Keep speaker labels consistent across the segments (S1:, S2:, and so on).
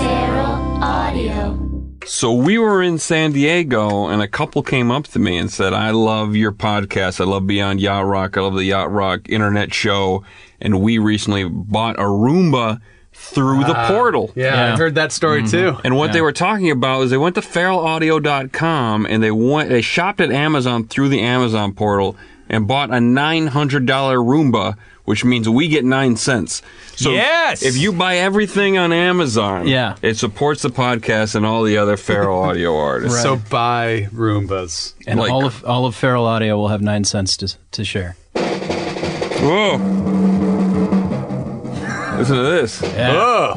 S1: Feral Audio.
S2: So we were in San Diego, and a couple came up to me and said, "I love your podcast. I love Beyond Yacht Rock. I love the Yacht Rock Internet Show." And we recently bought a Roomba through the portal.
S3: Yeah,
S4: Yeah. Mm-hmm.
S3: I heard that story too.
S2: And what they were talking about is they went to feralaudio.com and they went they shopped at Amazon through the Amazon portal and bought a nine hundred dollar Roomba, which means we get nine cents. So
S4: Yes!
S2: if you buy everything on Amazon,
S4: Yeah.
S2: it supports the podcast and all the other feral audio artists.
S3: So buy Roombas.
S4: And
S2: Like-
S4: all of all of Feral Audio will have nine cents to to share.
S2: Whoa. Listen to this.
S3: Oh,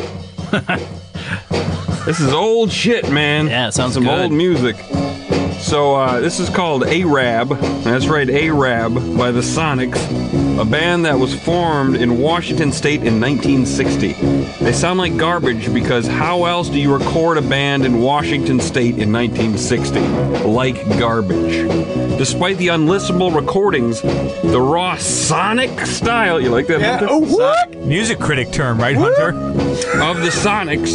S2: This is old shit, man.
S4: Yeah, it sounds
S2: Some
S4: good.
S2: old music. So uh, this is called Arab. That's right, Arab by the Sonics, a band that was formed in Washington State in 1960. They sound like garbage because how else do you record a band in Washington State in 1960? Like garbage. Despite the unlistenable recordings, the raw sonic style. You like that?
S3: yeah.
S2: Hunter?
S3: Oh, what?
S5: Music critic term, right, Hunter?
S2: of the Sonics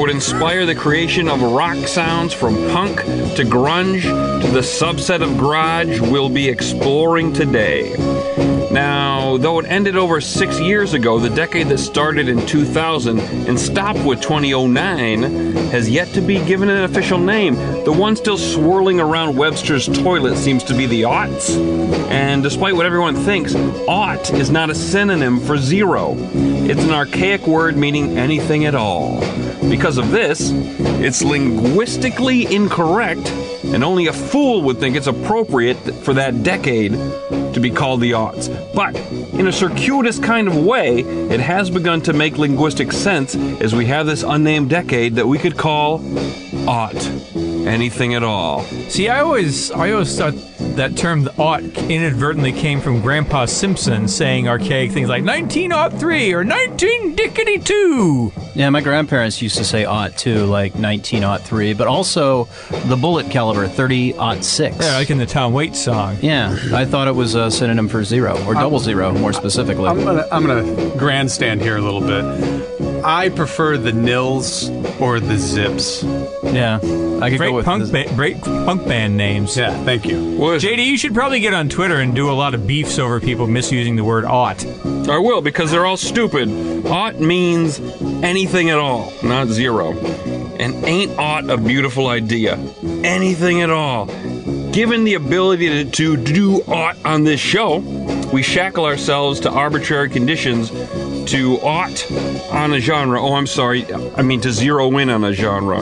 S2: would inspire the creation of rock sounds from punk to grunge to the subset of garage we'll be exploring today. Now, though it ended over six years ago, the decade that started in 2000 and stopped with 2009 has yet to be given an official name. The one still swirling around Webster's toilet seems to be the aughts. And despite what everyone thinks, ought is not a synonym for zero. It's an archaic word meaning anything at all. Because of this, it's linguistically incorrect, and only a fool would think it's appropriate for that decade to be called the odds. But in a circuitous kind of way, it has begun to make linguistic sense as we have this unnamed decade that we could call ought anything at all.
S5: See, I always, I always thought that term the "ought" inadvertently came from Grandpa Simpson saying archaic things like "19 ought three or "19 dickety two."
S4: Yeah, my grandparents used to say aught too, like nineteen aught three, but also the bullet caliber thirty aught six.
S5: Yeah, like in the Tom Waits song.
S4: Yeah, I thought it was a synonym for zero or double zero, more specifically.
S3: I'm gonna I'm gonna grandstand here a little bit. I prefer the nils or the zips.
S4: yeah, I could go
S5: Great
S4: with
S5: punk,
S4: the-
S5: ba- great punk band names.
S3: Yeah, thank you.
S2: Well,
S5: JD, you should probably get on Twitter and do a lot of beefs over people misusing the word "ought."
S2: I will because they're all stupid. Ought means anything at all, not zero. And ain't ought a beautiful idea? Anything at all. Given the ability to, to do ought on this show, we shackle ourselves to arbitrary conditions to ought on a genre. Oh, I'm sorry. I mean, to zero in on a genre.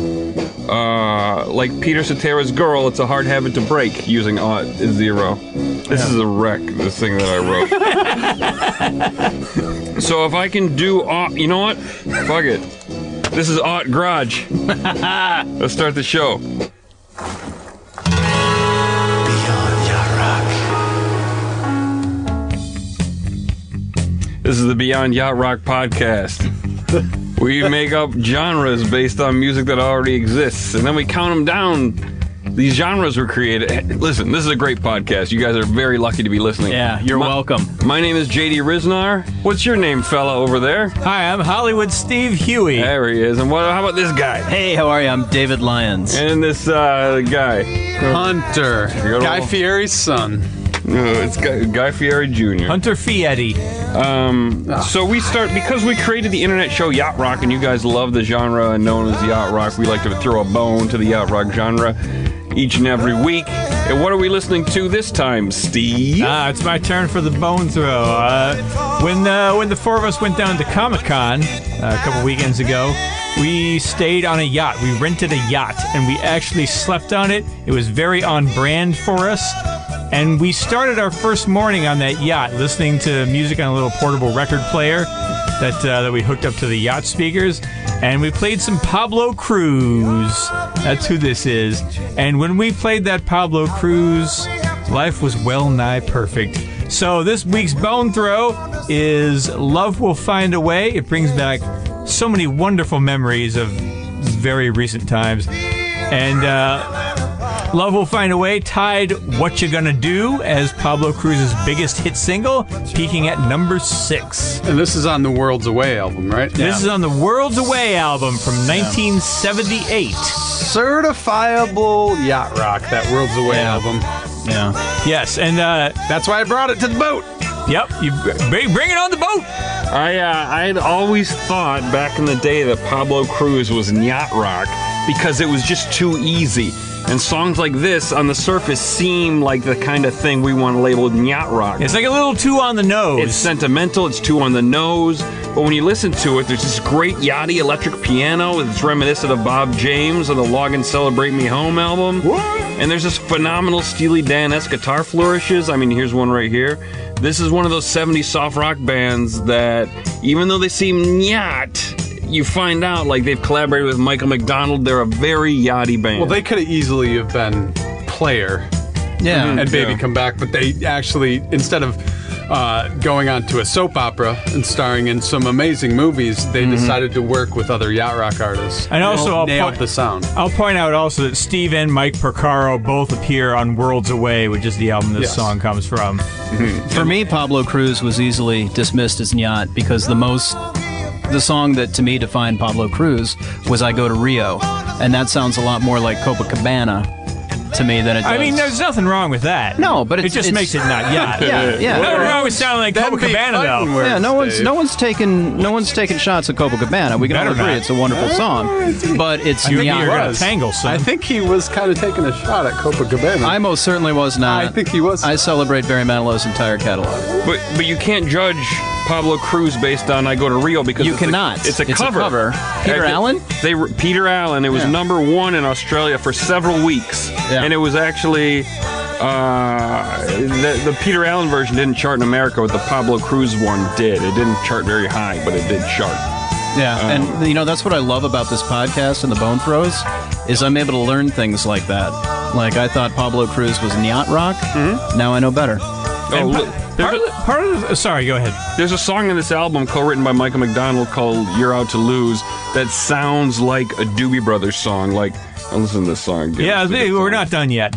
S2: Uh, like Peter Cetera's Girl, it's a hard habit to break using ought is zero. This is a wreck, this thing that I wrote. So if I can do aught, you know what? Fuck it. This is aught garage. Let's start the show. This is the Beyond Yacht Rock podcast. We make up genres based on music that already exists, and then we count them down. These genres were created. Listen, this is a great podcast. You guys are very lucky to be listening.
S4: Yeah, you're
S2: My-
S4: welcome.
S2: my name is JD Riznar. What's your name, fella over there?
S5: Hi, I'm Hollywood Steve Huey.
S2: There he is. And what? How about this guy?
S4: Hey, how are you? I'm David Lyons.
S2: And this uh, guy.
S3: Hunter,
S2: old-
S3: Guy Fieri's son.
S2: Uh, it's Guy, guy Fieri Jr.
S5: Hunter Fietti.
S2: Um, so we start because we created the internet show Yacht Rock, and you guys love the genre known as Yacht Rock. We like to throw a bone to the Yacht Rock genre each and every week. And what are we listening to this time, Steve?
S5: Ah, it's my turn for the bone throw. Uh, when uh, when the four of us went down to Comic Con uh, a couple weekends ago, we stayed on a yacht. We rented a yacht and we actually slept on it. It was very on brand for us. And we started our first morning on that yacht, listening to music on a little portable record player that uh, that we hooked up to the yacht speakers, and we played some Pablo Cruz. That's who this is. And when we played that Pablo Cruz, life was well nigh perfect. So this week's bone throw is "Love Will Find a Way." It brings back so many wonderful memories of very recent times, and. Uh, Love Will Find a Way tied What You Gonna Do as Pablo Cruz's biggest hit single, peaking at number six.
S3: And this is on the World's Away album, right?
S5: This is on the World's Away album from 1978.
S3: Certifiable yacht rock, that World's Away
S4: Yeah.
S3: album.
S4: Yeah.
S5: Yes, and uh,
S3: That's why I brought it to the boat.
S5: yep, you bring, bring it on the boat.
S2: I uh, I had always thought back in the day that Pablo Cruz was yacht rock because it was just too easy, and songs like this on the surface seem like the kind of thing we want to label yacht rock.
S5: It's like a little too on the nose.
S2: It's sentimental. It's too on the nose. But when you listen to it, there's this great yachty electric piano that's reminiscent of Bob James on the Log and Celebrate Me Home album. And there's this phenomenal Steely Dan-esque guitar flourishes. I mean, here's one right here. This is one of those 70s soft rock bands that, even though they seem yacht, you find out like they've collaborated with Michael McDonald. They're a very yachty band.
S3: Well, they could have easily have been player
S4: Yeah.
S3: and Baby
S2: Yeah.
S3: Come Back, but they actually, instead of uh, going on to a soap opera and starring in some amazing movies, they decided to work with other yacht rock artists.
S5: And also,
S3: Nailed-
S5: I'll
S3: nailed
S5: point-
S3: the sound.
S5: I'll point out also that Steve and Mike Percaro both appear on Worlds Away, which is the album this
S3: Yes.
S5: song comes from.
S4: For me, Pablo Cruz was easily dismissed as Nyat because the most, the song that to me defined Pablo Cruz was I Go to Rio. And that sounds a lot more like Copacabana to me than it does.
S5: I mean, there's nothing wrong with that.
S4: No, but
S5: it
S4: it's-
S5: just
S4: it's-
S5: makes it not yacht.
S4: Yeah, yeah.
S5: Nothing wrong with sounding like
S3: That'd be
S5: Copacabana,
S3: fighting
S5: though.
S3: words,
S4: Yeah, no one's
S3: Dave.
S4: no one's taken no one's taken shots at Copacabana. We can
S5: Better
S4: all agree
S5: not.
S4: it's a wonderful song, but it's
S5: You and me are
S4: not.
S5: gonna tangle, son.
S3: I think he was kind of taking a shot at Copacabana.
S4: I most certainly was not.
S3: I think he was.
S4: I celebrate Barry Manilow's entire catalog.
S2: But but you can't judge Pablo Cruz based on "I Go to Rio" because
S4: You
S2: it's a-
S4: cannot.
S2: it's a
S4: It's a
S2: cover.
S4: cover. Peter
S2: Uh,
S4: Allen?
S2: They were- Peter Allen. It was
S4: Yeah.
S2: number one in Australia for several weeks,
S4: Yeah.
S2: and it was actually uh, the the Peter Allen version didn't chart in America, but the Pablo Cruz one did. It didn't chart very high, but it did chart.
S4: Yeah, and you know that's what I love about this podcast and the Bone Throws is I'm able to learn things like that. Like I thought Pablo Cruz was yacht rock. Now I know better.
S2: Oh,
S5: And
S2: look,
S5: part,
S2: there's,
S5: of the,
S2: a,
S5: part of the- sorry, go ahead.
S2: there's a song in this album co-written by Michael McDonald called "You're Out to Lose" that sounds like a Doobie Brothers song. Like, I listen to this song. again.
S5: Yeah,
S2: It's a good
S5: we're
S2: song.
S5: not done yet.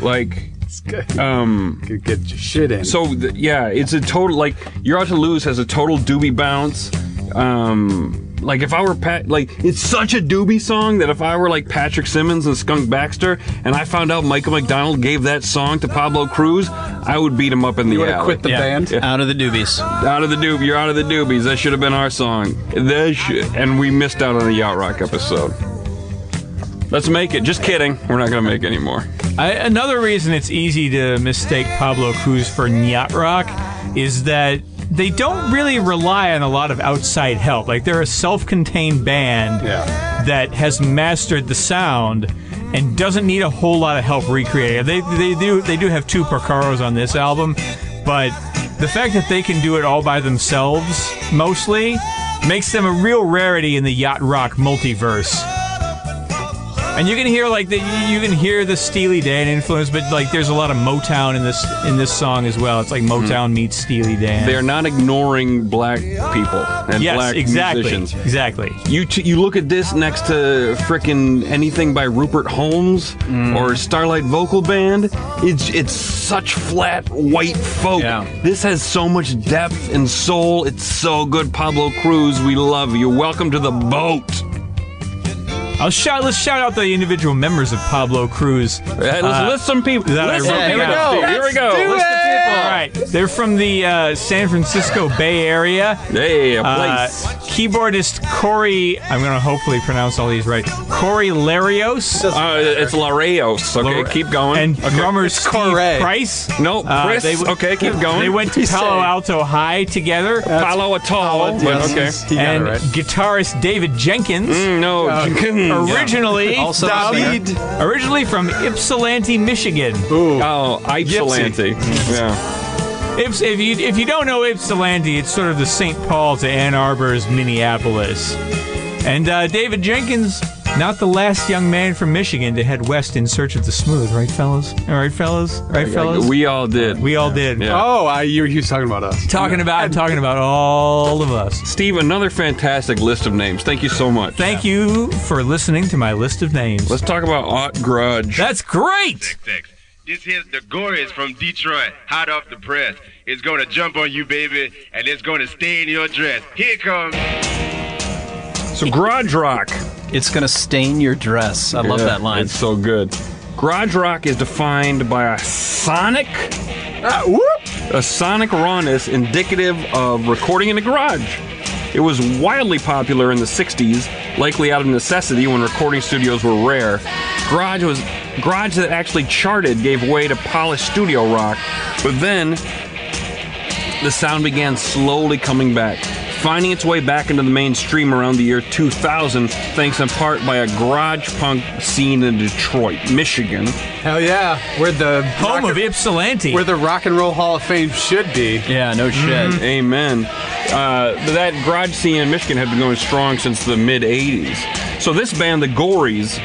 S2: like.
S3: It's good. Um, Could get your shit in.
S2: So th- yeah, it's a total like you're out to lose has a total doobie bounce. Um, like if I were Pat, like it's such a doobie song that if I were like Patrick Simmons and Skunk Baxter, and I found out Michael McDonald gave that song to Pablo Cruz, I would beat him up in the
S3: you want to
S2: alley.
S3: quit the
S4: Yeah.
S3: band?
S4: Out of the doobies.
S2: out of the doob, you're out of the doobies. That should have been our song. That sh- and we missed out on the yacht rock episode. Let's make it. Just kidding. We're not gonna make any more.
S5: I, another reason it's easy to mistake Pablo Cruz for Nyat Rock is that they don't really rely on a lot of outside help. Like they're a self-contained band
S3: Yeah.
S5: that has mastered the sound and doesn't need a whole lot of help recreating it. They they do they do have two Percaros on this album, but the fact that they can do it all by themselves mostly makes them a real rarity in the yacht rock multiverse. And you can hear like the, you can hear the Steely Dan influence, but like there's a lot of Motown in this in this song as well. It's like
S2: Hmm.
S5: Motown meets Steely Dan.
S2: They are not ignoring black people and
S5: yes,
S2: black
S5: exactly,
S2: musicians.
S5: exactly.
S2: You t- you look at this next to frickin' anything by Rupert Holmes or Starlight Vocal Band. It's it's such flat white folk.
S4: Yeah.
S2: This has so much depth and soul. It's so good, Pablo Cruz. We love you. Welcome to the boat.
S5: I'll shout. Let's shout out the individual members of Pablo Cruz.
S2: Hey, let's
S5: Uh,
S2: list some people.
S5: that I
S2: List
S5: wrote
S2: some
S4: down.
S2: people,
S4: Yeah,
S2: Steve. Here we go. List the people.
S5: All right, they're from the uh, San Francisco Bay Area.
S2: Hey, a
S5: Uh,
S2: place.
S5: keyboardist Corey, I'm going to hopefully pronounce all these right. Corey Larios.
S2: Uh, it's Lareos. Okay,
S5: Lor-
S2: keep going.
S5: And
S2: okay.
S5: drummer Steve
S3: Corey.
S5: Price.
S2: No,
S5: Uh,
S2: Chris.
S5: they w-
S2: okay, keep going.
S5: They went to Palo Alto High together.
S2: Palo Atoll. But
S3: Yes,
S2: okay.
S3: He got
S5: and
S3: it right.
S5: guitarist David Jenkins.
S2: Mm, No.
S5: Originally,
S4: Also a singer.
S3: David.
S5: originally from Ypsilanti, Michigan.
S3: Ooh.
S2: Oh, Ypsilanti. Yeah.
S5: Ips, if you if you don't know Ypsilanti, it's sort of the St. Paul to Ann Arbor's Minneapolis. And uh, David Jenkins Not the last young man from Michigan to head west in search of the smooth, right, fellas? All right, fellas? All right, fellas?
S2: We all did.
S5: We all did.
S2: Yeah.
S3: Oh, I, you, he was talking about us.
S5: Talking about, talking about all of us.
S2: Steve, another fantastic list of names. Thank you so much.
S5: Thank you for listening to my list of names.
S2: Let's talk about Aunt Grudge.
S5: That's great!
S6: Six. This here's Gregorius from Detroit, hot off the press. It's gonna jump on you, baby, and it's gonna stain your dress. Here it comes.
S2: So Garage Rock.
S4: It's gonna stain your dress. I love
S2: Yeah,
S4: that line.
S2: It's so good. Garage rock is defined by a sonic, ah, whoop, a sonic rawness indicative of recording in a garage. It was wildly popular in the '60s, likely out of necessity when recording studios were rare. Garage was garage that actually charted gave way to polished studio rock, but then the sound began slowly coming back, finding its way back into the mainstream around the year 2000, thanks in part by a garage punk scene in Detroit, Michigan.
S3: Hell yeah, we're the
S5: Home
S3: rock-
S5: of Ypsilanti.
S3: Where the Rock and Roll Hall of Fame should be.
S4: Yeah, no shit.
S2: Amen. Uh, that garage scene in Michigan had been going strong since the mid 80s. So this band, the Gories,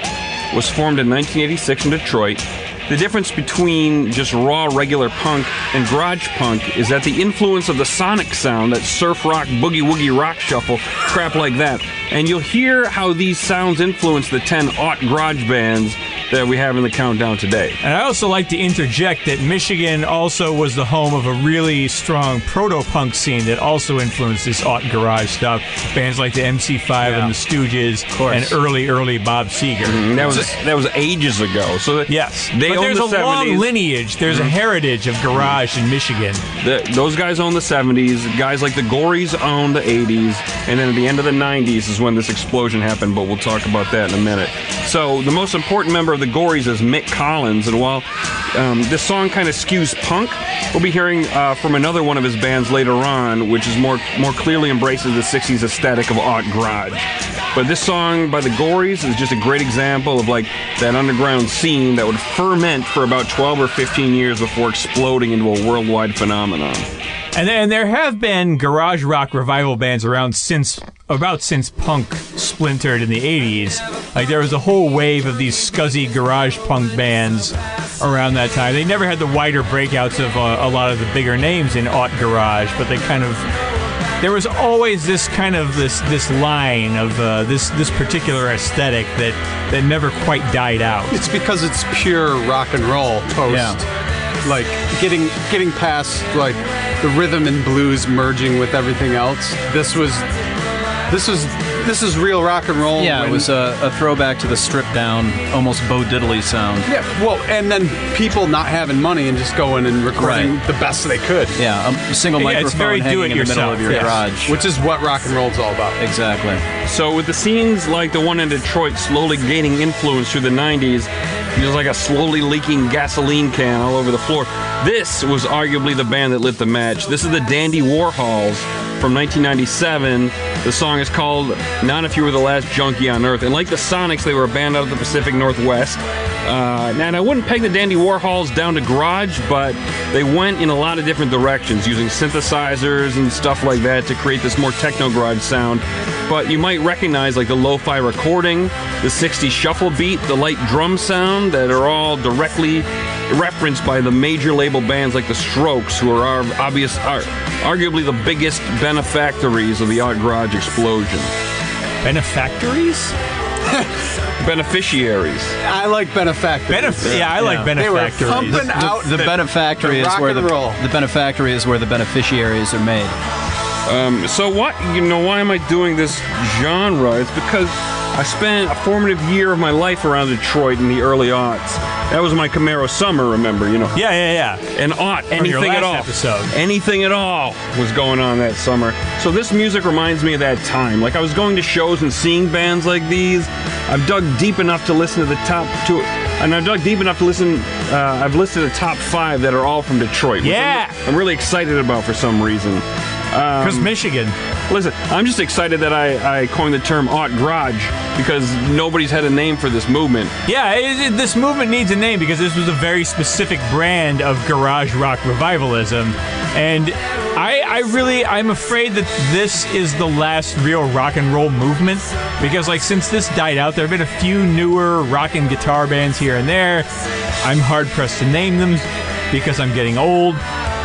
S2: was formed in 1986 in Detroit. The difference between just raw regular punk and garage punk is that the influence of the sonic sound, that surf rock, boogie woogie rock shuffle, crap like that. And you'll hear how these sounds influence the 10 aught garage bands that we have in the countdown today.
S5: And I also like to interject that Michigan also was the home of a really strong proto-punk scene that also influenced this alt garage stuff. Bands like the MC5 and the Stooges and early, early Bob Seger.
S2: And that was that was ages ago. So that,
S5: Yes,
S2: Mm-hmm. they
S5: but
S2: own
S5: there's
S2: the Mm-hmm.
S5: a long
S2: 70s.
S5: lineage. There's a heritage of garage in Michigan.
S2: The, those guys own the 70s. Guys like the Gories own the 80s. And then at the end of the 90s is when this explosion happened, but we'll talk about that in a minute. So the most important member of the Gories is Mick Collins. And while um, this song kind of skews punk, we'll be hearing uh, from another one of his bands later on, which is more more clearly embraces the 60s aesthetic of art garage. But this song by the Gories is just a great example of like that underground scene that would ferment for about 12 or 15 years before exploding into a worldwide phenomenon.
S5: And, and there have been garage rock revival bands around since about since punk splintered in the 80s. Like there was a whole wave of these scuzzy garage punk bands around that time. They never had the wider breakouts of uh, a lot of the bigger names in alt garage, but they kind of there was always this kind of this this line of uh, this this particular aesthetic that that never quite died out.
S3: It's because it's pure rock and roll post. Like getting getting past like the rhythm and blues merging with everything else. This was this was this is real rock and roll.
S4: Yeah, it
S3: when-
S4: was a, a throwback to the stripped down, almost Bo Diddley sound.
S3: Yeah, well, and then people not having money and just going and recording
S4: Right.
S3: the best they could,
S4: Yeah, a single
S5: Yeah,
S4: microphone
S5: it's very
S4: hanging in the middle
S5: do-it-yourself,
S4: of your
S5: yes.
S4: garage.
S3: which is what rock and roll's all about.
S4: Exactly.
S2: So with the scenes like the one in Detroit slowly gaining influence through the 90s, it was like a slowly leaking gasoline can all over the floor. This was arguably the band that lit the match. This is the Dandy Warhols from 1997. The song is called Not If You Were the Last Junkie on Earth. And like the Sonics, they were a band out of the Pacific Northwest. Uh, and I wouldn't peg the Dandy Warhols down to garage, but they went in a lot of different directions using synthesizers and stuff like that to create this more techno garage sound. But you might recognize like the lo fi recording, the 60 shuffle beat, the light drum sound that are all directly referenced by the major label bands like the Strokes, who are our obvious, are arguably the biggest benefactories of the art garage explosion.
S5: Benefactories?
S2: Beneficiaries.
S3: I like benefactor.
S5: Benef- yeah, I like
S3: They were
S5: benefactories.
S3: pumping out
S4: The benefactory
S3: the
S4: is
S3: rock
S4: where
S3: and
S4: the
S3: roll.
S4: the benefactory is where the beneficiaries are made.
S2: So what you know why am I doing this genre? It's because I spent a formative year of my life around Detroit in the early aughts. That was my Camaro summer, remember, you know.
S5: Yeah, yeah, yeah.
S2: And aught,
S5: From
S2: anything
S5: your
S2: at all.
S5: last episode.
S2: Anything at all was going on that summer. So this music reminds me of that time. Like I was going to shows and seeing bands like these. I've dug deep enough to listen to the top two and I've dug deep enough to listen uh, I've listed the top five that are all from Detroit. which I'm-
S5: Yeah.
S2: I'm really excited about for some reason.
S5: Because
S3: Um,
S5: Michigan.
S2: Listen, I'm just excited that I, I coined the term art garage because nobody's had a name for this movement.
S5: Yeah, it, it, this movement needs a name because this was a very specific brand of garage rock revivalism And I, I really, I'm afraid that this is the last real rock and roll movement because, like, since this died out, there have been a few newer rock and guitar bands here and there. I'm hard pressed to name them because I'm getting old,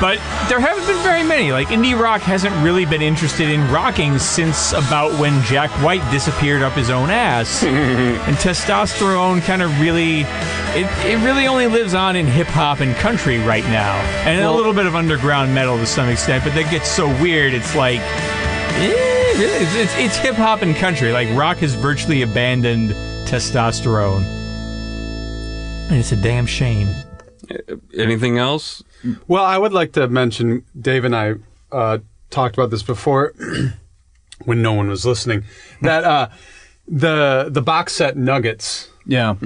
S5: but there haven't been very many. Like, indie rock hasn't really been interested in rocking since about when Jack White disappeared up his own ass and testosterone kind of really it, it really only lives on in hip hop and country right now and a little bit of underground metal to some extent but that gets so weird it's like eh, really, it's, it's, it's hip hop and country like rock has virtually abandoned testosterone and it's a damn shame
S2: Anything else?
S3: Well, I would like to mention Dave and I uh, talked about this before when no one was listening. That uh, the the box set Nuggets
S4: Yeah.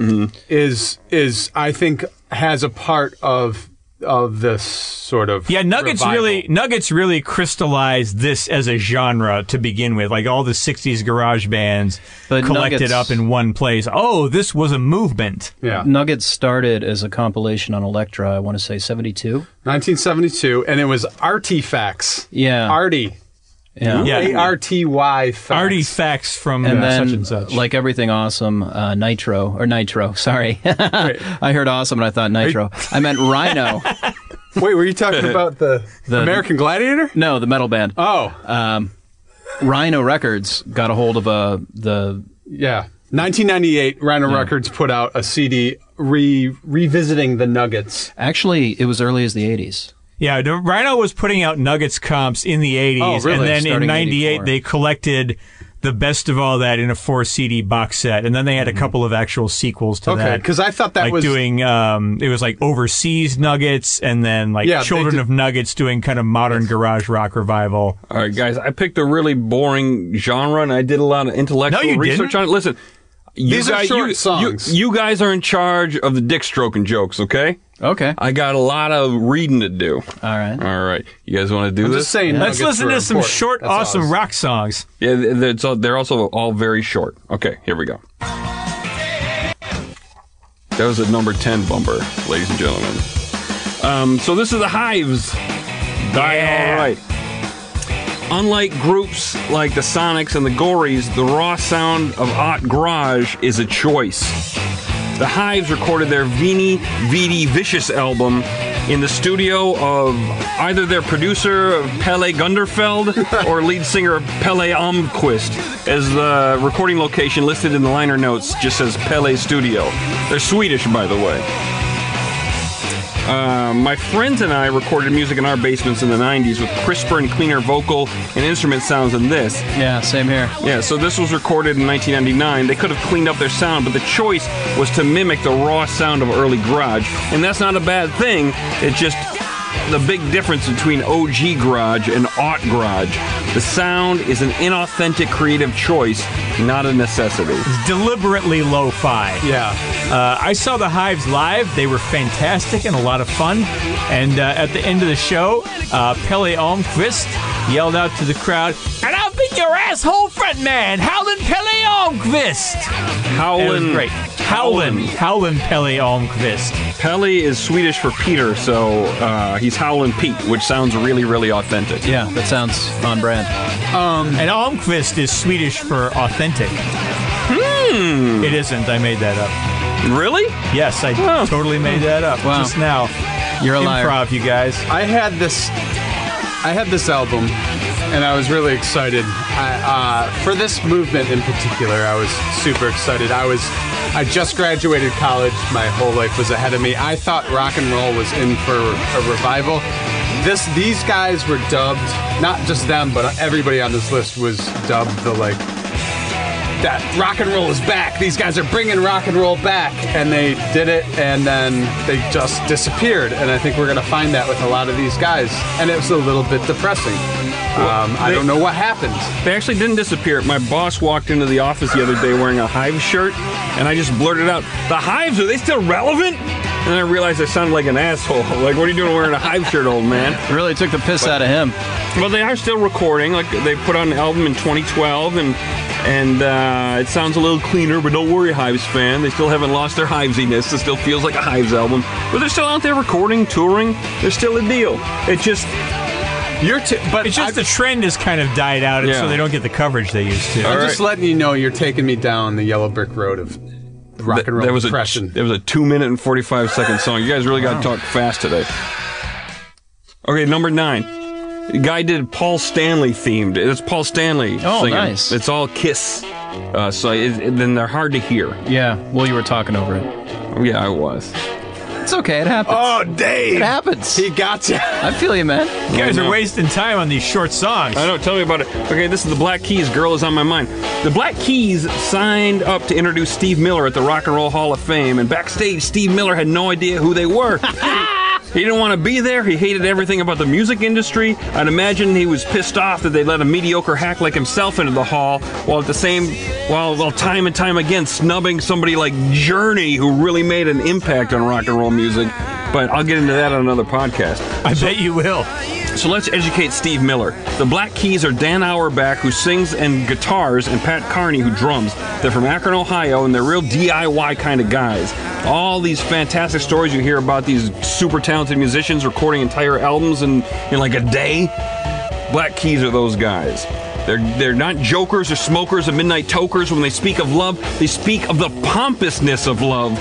S3: is is I think has a part of of this sort of
S5: Yeah, Nuggets
S3: revival.
S5: really Nuggets really crystallized this as a genre to begin with. Like all the '60s garage bands
S4: But
S5: collected
S4: Nuggets-
S5: up in one place. Oh, this was a movement.
S3: yeah
S4: Nuggets started as a compilation on Elektra, I want to say 72.
S3: 1972 and it was artifacts
S4: Yeah.
S3: arty
S4: Yeah.
S5: Yeah.
S3: a r t y facts.
S5: Artie facts from uh,
S4: And then,
S5: such and such.
S4: like everything awesome, uh, Nitro, or Nitro, sorry. I heard awesome and I thought Nitro. I meant Rhino.
S3: Wait, were you talking about the,
S4: The-
S3: American Gladiator?
S4: no, the metal band. Um,
S3: Oh,
S4: Rhino Records got a hold of a, the
S3: yeah. 1998, Rhino Records put out a CD re- revisiting the Nuggets.
S4: Actually, it was early as the 80s.
S5: yeah, the- Rhino was putting out Nuggets comps in the '80s,
S4: Oh, really?
S5: and then in
S4: Starting in 84.
S5: '98 they collected the best of all that in a four CD box set, and then they had a couple of actual sequels to
S3: Mm-hmm. Okay,
S5: that.
S3: because I thought that
S5: like
S3: was
S5: doing um it was like overseas nuggets and then like
S3: Yeah, they
S5: children
S3: did-
S5: of nuggets doing kind of modern garage rock revival
S2: All right, guys, I picked a really boring genre and I did a lot of intellectual
S5: No, you
S2: research
S5: didn't.
S2: on it. Listen, you
S3: These are
S2: guys,
S3: short
S2: you,
S3: songs.
S2: You, you guys are in charge of the dick stroking jokes, okay?
S4: Okay.
S2: I got a lot of reading to do.
S4: All right.
S2: All right, you guys want to do
S3: I'm
S2: this?
S3: just saying.
S5: let's
S3: Nuggets
S5: listen
S3: were
S5: to some
S3: important.
S5: short
S3: That's all I
S5: awesome
S3: was-
S5: rock songs
S2: Yeah, th- th- it's all- they're also all very short. Okay, here we go. That was a number 10 bumper, ladies and gentlemen. Um, so this is the Hives. Die
S5: Yeah.
S2: all right. Unlike groups like the Sonics and the Gories, the raw sound of Art Garage is a choice. The Hives recorded their Vini Vidi Vicious album in the studio of either their producer Pele Gunderfeld or lead singer Pele Almqvist, as the recording location listed in the liner notes just says Pele Studio. They're Swedish, by the way. Uh, my friends and I recorded music in our basements in the 90s with crisper and cleaner vocal and instrument sounds than this.
S4: Yeah, same here.
S2: Yeah, so this was recorded in 1999. They could have cleaned up their sound, but the choice was to mimic the raw sound of early garage, and that's not a bad thing. It's just the big difference between OG garage and aught garage. The sound is an inauthentic creative choice, not a necessity.
S5: Mm-hmm. deliberately lo-fi
S3: Yeah,
S5: uh, i saw the hives live they were fantastic and a lot of fun and uh, at the end of the show uh, pelle almquist yelled out to the crowd and i've been your asshole front man howlin' pelle almquist It was
S2: Howlin'
S5: great howlin' howlin' pelle almquist
S2: Pelle is Swedish for Peter, so uh, he's Howlin' Pete, which sounds really, really authentic.
S4: Yeah, that sounds on brand.
S5: And Almqvist is Swedish for authentic. Hmm.
S4: Hmm.
S5: It isn't. I made that up.
S2: Really?
S5: Yes, I
S2: Oh.
S5: totally made that up
S4: Wow.
S5: just now.
S4: You're a liar.
S5: Improv, you guys.
S3: I had this. I had this album, and I was really excited I, uh, for this movement in particular. I was super excited. I was. I just graduated college. My whole life was ahead of me. I thought rock and roll was in for a revival. This these guys were dubbed not just them, but everybody on this list was dubbed the like that rock and roll is back. These guys are bringing rock and roll back, and they did it, and then they just disappeared. And I think we're gonna find that with a lot of these guys, and it was a little bit depressing. Um, I don't know what happened.
S2: They actually didn't disappear. My boss walked into the office the other day wearing a Hive shirt, and I just blurted out, "The Hives are they still relevant?" And then I realized I sounded like an asshole. Like, what are you doing wearing a Hive shirt, old man?
S4: Really took the piss out of him.
S2: But they are still recording. Like, they put out an album in 2012, and and uh, it sounds a little cleaner. But don't worry, Hives fan, they still haven't lost their Hivesiness. It still feels like a Hives album, but they're still out there recording, touring. They're still a deal. It just
S3: You're t- but
S5: It's just
S3: I,
S5: the trend has kind of died out, and
S2: Yeah.
S5: so they don't get the coverage they used to.
S3: I'm
S2: All
S3: just
S2: right.
S3: letting you know you're taking me down the yellow brick road of rock and roll
S2: That was
S3: depression.
S2: a that was a two minute and forty five second song. You guys really got to talk fast today. Okay, number nine. The guy did Paul Stanley themed. It's Paul Stanley.
S4: Oh,
S2: singing.
S4: nice.
S2: It's all Kiss. Uh, so it, it- then they're hard to hear.
S4: Yeah. Well, you were talking over it.
S2: Yeah, I was.
S4: It's okay. It happens.
S3: oh, Dave!
S4: it happens.
S3: He got you.
S4: I feel you, man.
S5: You guys
S2: I
S5: are
S2: know.
S5: wasting time on these short songs.
S2: I know. Tell me about it. Okay, this is the Black Keys. Girl is on my mind. The Black Keys signed up to introduce Steve Miller at the Rock and Roll Hall of Fame, and backstage, Steve Miller had no idea who they were. He didn't want to be there. He hated everything about the music industry. I'd imagine he was pissed off that they let a mediocre hack like himself into the hall, while at the same, while, while time and time again snubbing somebody like Journey, who really made an impact on rock and roll music. But I'll get into that on another podcast.
S5: I bet you will.
S2: So let's educate Steve Miller. The Black Keys are Dan Auerbach, who sings and guitars, and Pat Carney, who drums. They're from Akron, Ohio, and they're real DIY kind of guys. All these fantastic stories you hear about these super talented musicians recording entire albums in, in like a day. Black Keys are those guys. They're, they're not jokers or smokers or midnight tokers. When they speak of love, they speak of the pompousness of love,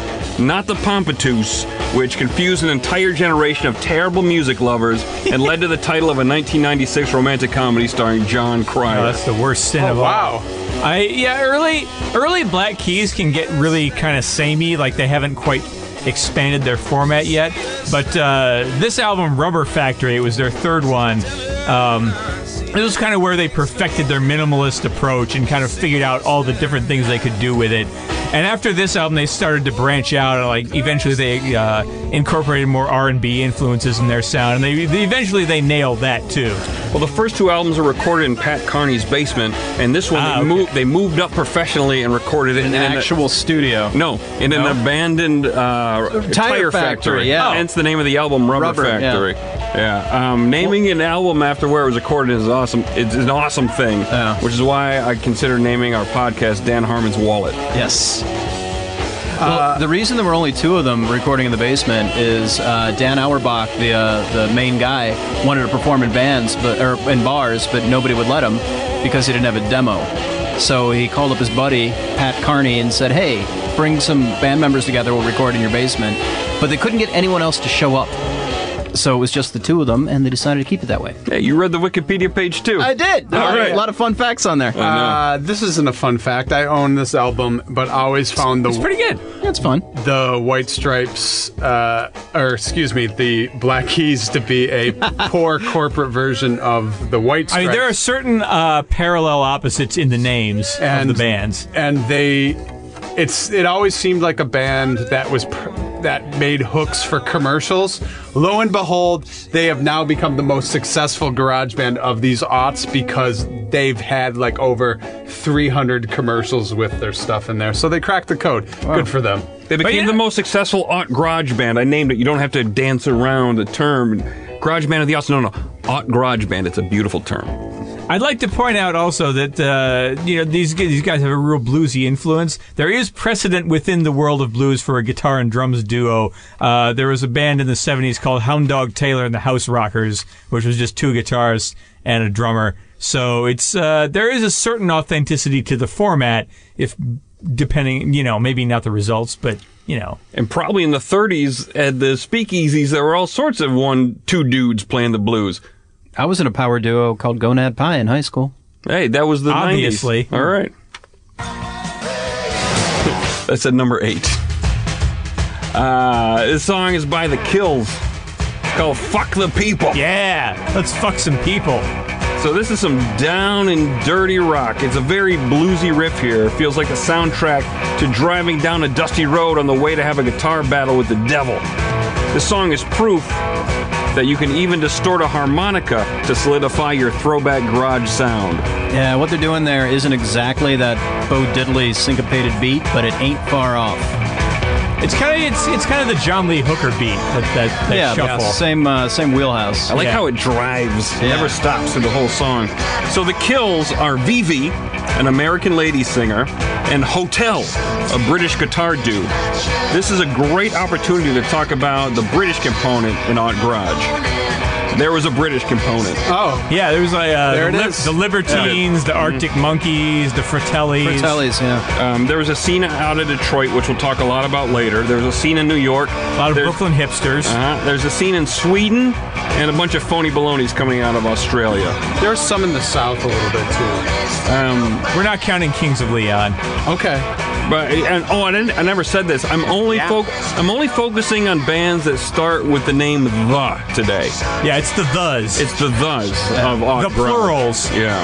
S2: not the pompatus, which confused an entire generation of terrible music lovers and led to the title of a 1996 romantic comedy starring John
S5: Oh,
S2: Cryer.
S5: that's the worst sin of all.
S3: Wow.
S5: I yeah, early early Black Keys can get really kind of samey, like they haven't quite expanded their format yet. But uh, this album, Rubber Factory, it was their third one. Um, it was kind of where they perfected their minimalist approach and kind of figured out all the different things they could do with it. And after this album, they started to branch out. and, Like eventually, they uh, incorporated more R and B influences in their sound, and they, they eventually they nailed that too.
S2: Well, the first two albums are recorded in Pat Carney's basement, and this one
S5: Ah,
S2: they,
S5: okay.
S2: moved, they moved up professionally and recorded it in an
S4: studio.
S2: No, in an abandoned uh, tire,
S4: factory, yeah. Oh.
S2: hence the name of the album, Rubber,
S4: Rubber, yeah.
S2: Factory. Yeah, um, naming an album after where it was recorded is awesome. It's an awesome thing,
S4: Yeah.
S2: which is why I consider naming our podcast Dan Harmon's Wallet.
S4: Yes.
S3: Uh,
S4: Well, the reason there were only two of them recording in the basement is uh, Dan Auerbach, the uh, the main guy, wanted to perform in bands, but or in bars, but nobody would let him because he didn't have a demo. So he called up his buddy Pat Carney and said, "Hey, bring some band members together. We'll record in your basement." But they couldn't get anyone else to show up, so it was just the two of them, and they decided to keep it that way.
S2: Hey, you read the Wikipedia page too.
S4: I did. There
S2: All
S4: were
S2: right.
S4: A lot of fun facts on there.
S3: Uh, this isn't a fun fact. I own this album, but I always found the
S2: It's pretty good.
S4: That's Uh, fun.
S3: the White Stripes, uh, or excuse me, the Black Keys to be a poor corporate version of the White
S5: I
S3: Stripes.
S5: mean, there are certain uh, parallel opposites in the names
S3: and
S5: of the bands.
S3: and they, it's it always seemed like a band that was. Pr- that made hooks for commercials. Lo and behold, they have now become the most successful garage band of these aughts because they've had like over 300 commercials with their stuff in there. So they cracked the code. Good for them.
S2: They became
S5: yeah.
S2: the most successful aught garage band. I named it. You don't have to dance around the term. Garage band of the Austin. No, no. Aught garage band. It's a beautiful term.
S5: I'd like to point out also that uh, you know these g- these guys have a real bluesy influence. There is precedent within the world of blues for a guitar and drums duo. Uh, there was a band in the '70s called Hound Dog Taylor and the House Rockers, which was just two guitars and a drummer. So it's uh, there is a certain authenticity to the format, if depending, you know, maybe not the results, but you know.
S2: And probably in the 30s at the speakeasies, there were all sorts of one, two dudes playing the blues.
S4: I was in a power duo called Gonad Pie in high school.
S2: Hey, that was the 90s.
S5: Obviously.
S2: All right. That's at number eight. Uh, this song is by The Kills. It's called Fuck the People.
S5: Yeah, let's fuck some people.
S2: So this is some down and dirty rock. It's a very bluesy riff here. It feels like the soundtrack to driving down a dusty road on the way to have a guitar battle with the devil. This song is proof that you can even distort a harmonica to solidify your throwback garage sound.
S4: Yeah, what they're doing there isn't exactly that Bo Diddley syncopated beat, but it ain't far off.
S5: It's kind of it's it's kind of the John Lee Hooker beat that that, that
S4: yeah,
S5: shuffle.
S4: same uh, same wheelhouse.
S2: I like
S5: Yeah.
S2: how it drives. It
S4: Yeah.
S2: never stops through the whole song. So the kills are Vivi, an American lady singer, and Hotel, a British guitar dude. This is a great opportunity to talk about the British component in Art Garage. There was a British component.
S3: Oh,
S5: Yeah, there was like uh,
S3: There
S5: the,
S3: it
S5: Lib-
S3: is.
S5: the Libertines, the Arctic Monkeys, the Fratellis.
S4: Fratellis, yeah.
S2: Um, there was a scene out of Detroit, which we'll talk a lot about later. There was a scene in New York.
S5: A lot of
S2: There's-
S5: Brooklyn hipsters.
S2: Uh-huh. There's a scene in Sweden and a bunch of phony balonies coming out of Australia.
S3: there's some in the south a little bit too.
S2: Um,
S5: We're not counting Kings of Leon.
S3: Okay,
S2: but and, oh, I, didn't, I never said this. I'm only fo- I'm only focusing on bands that start with the name The today.
S5: Yeah, it's the Thes.
S2: It's the Thes of Odd
S5: the
S2: Ground.
S5: plurals.
S2: Yeah.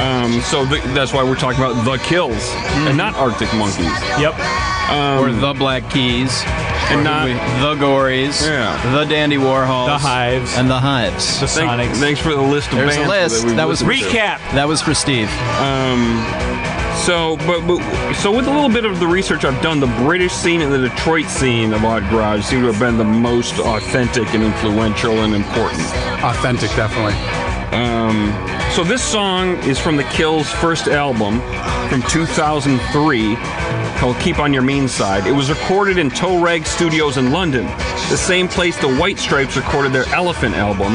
S2: Um, so th- that's why we're talking about The Kills
S4: Mm-hmm.
S2: and not Arctic Monkeys.
S5: Yep.
S4: or the Black Keys,
S2: And not
S4: the Gories,
S2: Yeah.
S4: the Dandy Warhols,
S5: The Hives.
S4: and the Hives.
S5: The
S2: Thank-
S5: Sonics.
S2: Thanks for the list of
S4: There's a
S2: bands.
S4: list.
S2: we've
S4: That was-
S2: listened to.
S5: Recap.
S4: that was for Steve.
S2: So, but, but so with a little bit of the research I've done, the British scene and the Detroit scene of Odd Garage seem to have been the most authentic and influential and important.
S3: authentic definitely.
S2: So this song is from the Kills' first album from 2003 called Keep on Your Mean Side. It was recorded in Toe Rag Studios in London, the same place the White Stripes recorded their Elephant album.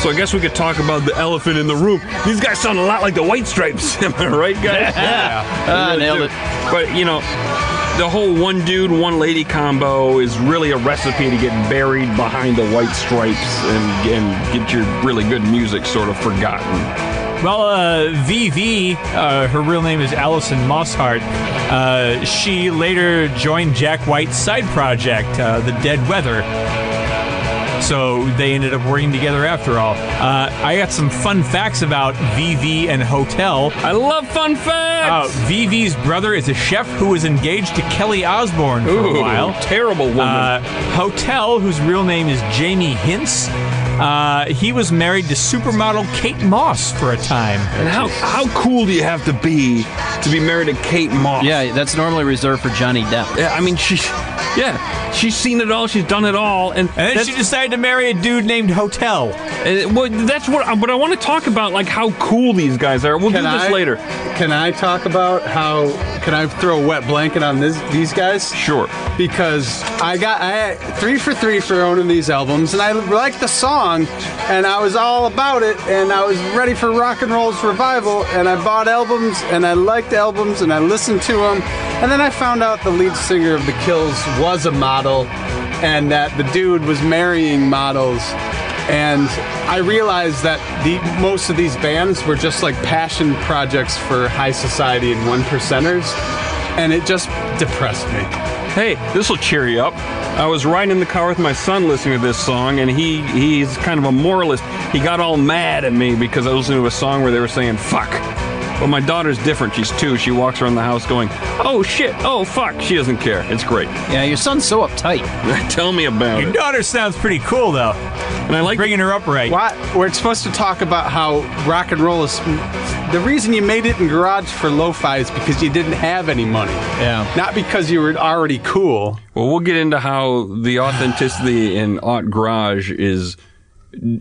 S2: So I guess we could talk about the elephant in the room. These guys sound a lot like the White Stripes, am I right, guys?
S4: Ah, nailed it.
S2: But you know, the whole one dude, one lady combo is really a recipe to get buried behind the white stripes and, and get your really good music sort of forgotten.
S5: Well, uh, VV, uh, her real name is Allison Mosshart. Uh, she later joined Jack White's side project, uh, The Dead Weather. So they ended up working together after all. Uh, I got some fun facts about VV and Hotel.
S2: I love fun
S5: Uh,
S2: facts.
S5: VV's brother is a chef who was engaged to Kelly Osbourne
S2: Oh,
S5: for a while.
S2: terrible woman.
S5: Uh, Hotel, whose real name is Jamie Hintz, uh, he was married to supermodel Kate Moss for a time.
S2: and how how cool do you have to be to be married to Kate Moss?
S4: Yeah, that's normally reserved for Johnny Depp.
S2: Yeah, I mean she's yeah, she's seen it all, she's done it all, and,
S5: And then
S2: that's,
S5: she decided to marry a dude named Hotel.
S2: uh, well, that's what. I, but I want to talk about like how cool these guys are. We'll
S3: Can
S2: do this
S3: I
S2: later.
S3: Can I talk about how? Can I throw a wet blanket on this, these guys?
S2: Sure.
S3: because I got I three for three for owning these albums, and I liked the song, and I was all about it, and I was ready for rock and roll's revival, and I bought albums, and I liked albums, and I listened to them, and then I found out the lead singer of The Kills was a model, and that the dude was marrying models. And I realized that the most of these bands were just like passion projects for high society and one percenters, and it just depressed me.
S2: Hey, this will cheer you up. I was riding in the car with my son listening to this song, and he he's kind of a moralist. He got all mad at me because I was listening to a song where they were saying "fuck." But my daughter's different. She's two. She walks around the house going, "Oh shit! Oh fuck!" She doesn't care. It's great.
S4: Yeah, your son's so uptight.
S2: Tell me about
S5: Your
S2: it.
S5: daughter sounds pretty cool, though.
S2: And I like
S5: Bringing her up right.
S3: Why, we're supposed to talk about how rock and roll is. The reason you made it in garage for lo-fi is because you didn't have any money,
S4: Yeah.
S3: not because you were already cool.
S2: Well, we'll get into how the authenticity in Art Garage is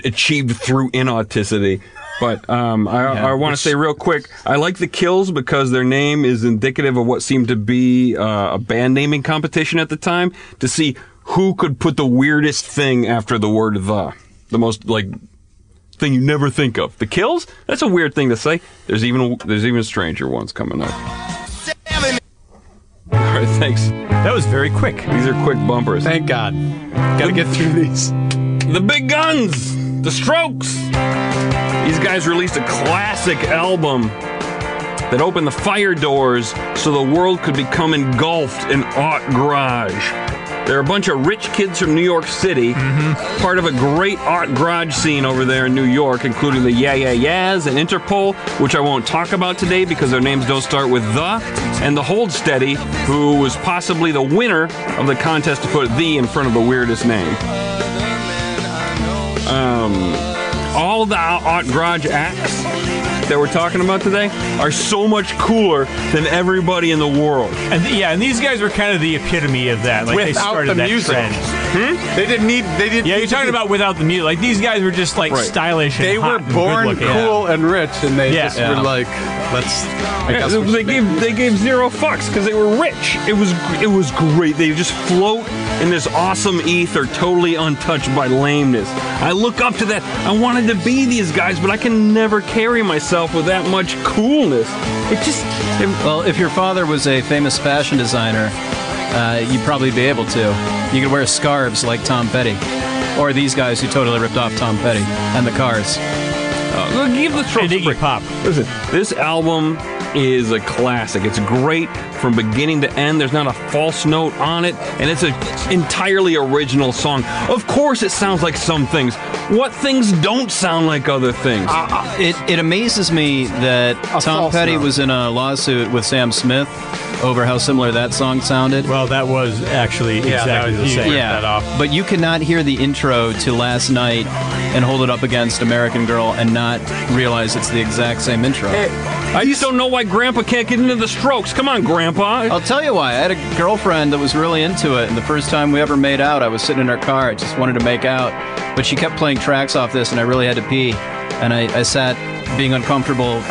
S2: achieved through inauthenticity. But um, I, I want to say real quick, I like the kills because their name is indicative of what seemed to be uh, a band naming competition at the time to see who could put the weirdest thing after the word the, the most like thing you never think of. The kills? That's a weird thing to say. There's even there's even stranger ones coming up. All right, thanks.
S5: That was very quick.
S2: These are quick bumpers.
S3: Thank God. Gotta get through these.
S2: The Big Guns, The Strokes. These guys released a classic album that opened the fire doors so the world could become engulfed in art garage. They're a bunch of rich kids from New York City, part of a great art garage scene over there in New York, including the Yeah Yeah Yeahs and Interpol, which I won't talk about today because their names don't start with the, and the Hold Steady, who was possibly the winner of the contest to put the in front of the weirdest name. all the Art Garage acts that we're talking about today are so much cooler than everybody in the world.
S5: And th- yeah, and these guys were kind of the epitome of that. Like they
S3: Without
S5: started
S3: the
S5: that
S3: music. Hmm?
S5: trend.
S3: They didn't need. They didn't.
S5: Yeah,
S3: need to
S5: you're talking
S3: be-
S5: about without the music. Like these guys were just like
S2: Right.
S5: stylish. And
S3: They
S5: hot
S3: were
S5: and
S3: born
S5: good-looking.
S3: cool and rich, and they
S5: Yeah.
S3: just
S5: Yeah.
S3: were like, "Let's." I guess
S2: Yeah,
S3: we
S2: they
S3: should make-
S2: gave they gave zero fucks because they were rich. It was it was great. They just float and this awesome ether totally untouched by lameness. I look up to that. I wanted to be these guys, but I can never carry myself with that much coolness. It just. It,
S4: Well, if your father was a famous fashion designer, uh, you'd probably be able to. You could wear scarves like Tom Petty, or these guys who totally ripped off Tom Petty and the Cars.
S2: Look, give the
S5: And
S2: strokes a
S5: Iggy
S2: break.
S5: Pop.
S2: Listen, this album is a classic. It's great from beginning to end. There's not a false note on it, and it's an entirely original song. Of course, it sounds like some things. What things don't sound like other things?
S4: It, it amazes me that Tom
S3: false
S4: Petty
S3: note.
S4: was in a lawsuit with Sam Smith over how similar that song sounded.
S5: Well, that was actually exactly the same.
S4: yeah,
S5: That off.
S4: but you cannot hear the intro to Last Night and hold it up against American Girl and not realize it's the exact same intro.
S2: I just don't know why Grandpa can't get into the strokes. Come on, Grandpa.
S4: I'll tell you why. I had a girlfriend that was really into it, and the first time we ever made out, I was sitting in her car. I just wanted to make out, but she kept playing tracks off this, and I really had to pee, and I, I sat being uncomfortable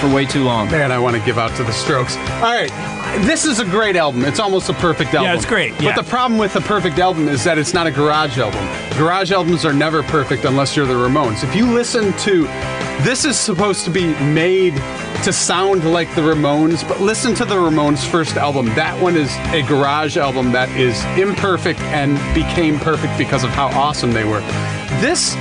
S4: for way too long.
S3: Man, I want to give out to the Strokes. All right, this is a great album. It's almost a perfect album.
S5: it's great, yeah.
S3: But the problem with the perfect album is that it's not a garage album. Garage albums are never perfect unless you're the Ramones. If you listen to, this is supposed to be made to sound like the Ramones, but listen to the Ramones' first album. That one is a garage album that is imperfect and became perfect because of how awesome they were. This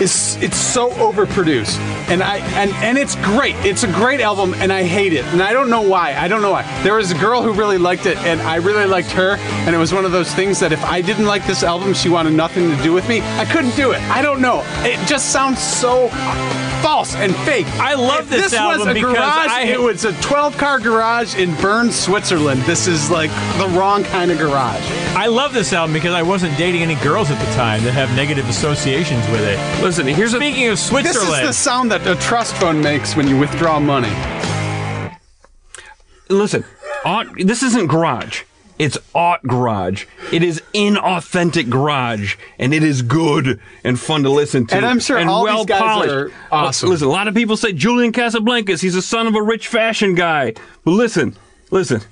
S3: is it's so overproduced and i and and it's great it's a great album and i hate it and i don't know why i don't know why there was a girl who really liked it and i really liked her and it was one of those things that if i didn't like this album she wanted nothing to do with me i couldn't do it i don't know it just sounds so false and fake
S5: I love
S3: If
S5: this
S3: was
S5: album
S3: a
S5: because
S3: garage
S5: I-
S3: it was a 12 car garage in bern switzerland this is like the wrong kind of garage
S5: I love this album because I wasn't dating any girls at the time that have negative associations with it.
S2: Listen, here's a
S5: Speaking of
S3: this is
S5: Switzerland,
S3: the sound that a trust fund makes when you withdraw money
S2: listen. Aut, this isn't garage. It's aught garage. It is inauthentic garage, and it is good and fun to listen to.
S3: And I'm sure all these guys are awesome.
S2: Uh, Listen, a lot of people say Julian Casablancas. He's the son of a rich fashion guy. But listen, listen.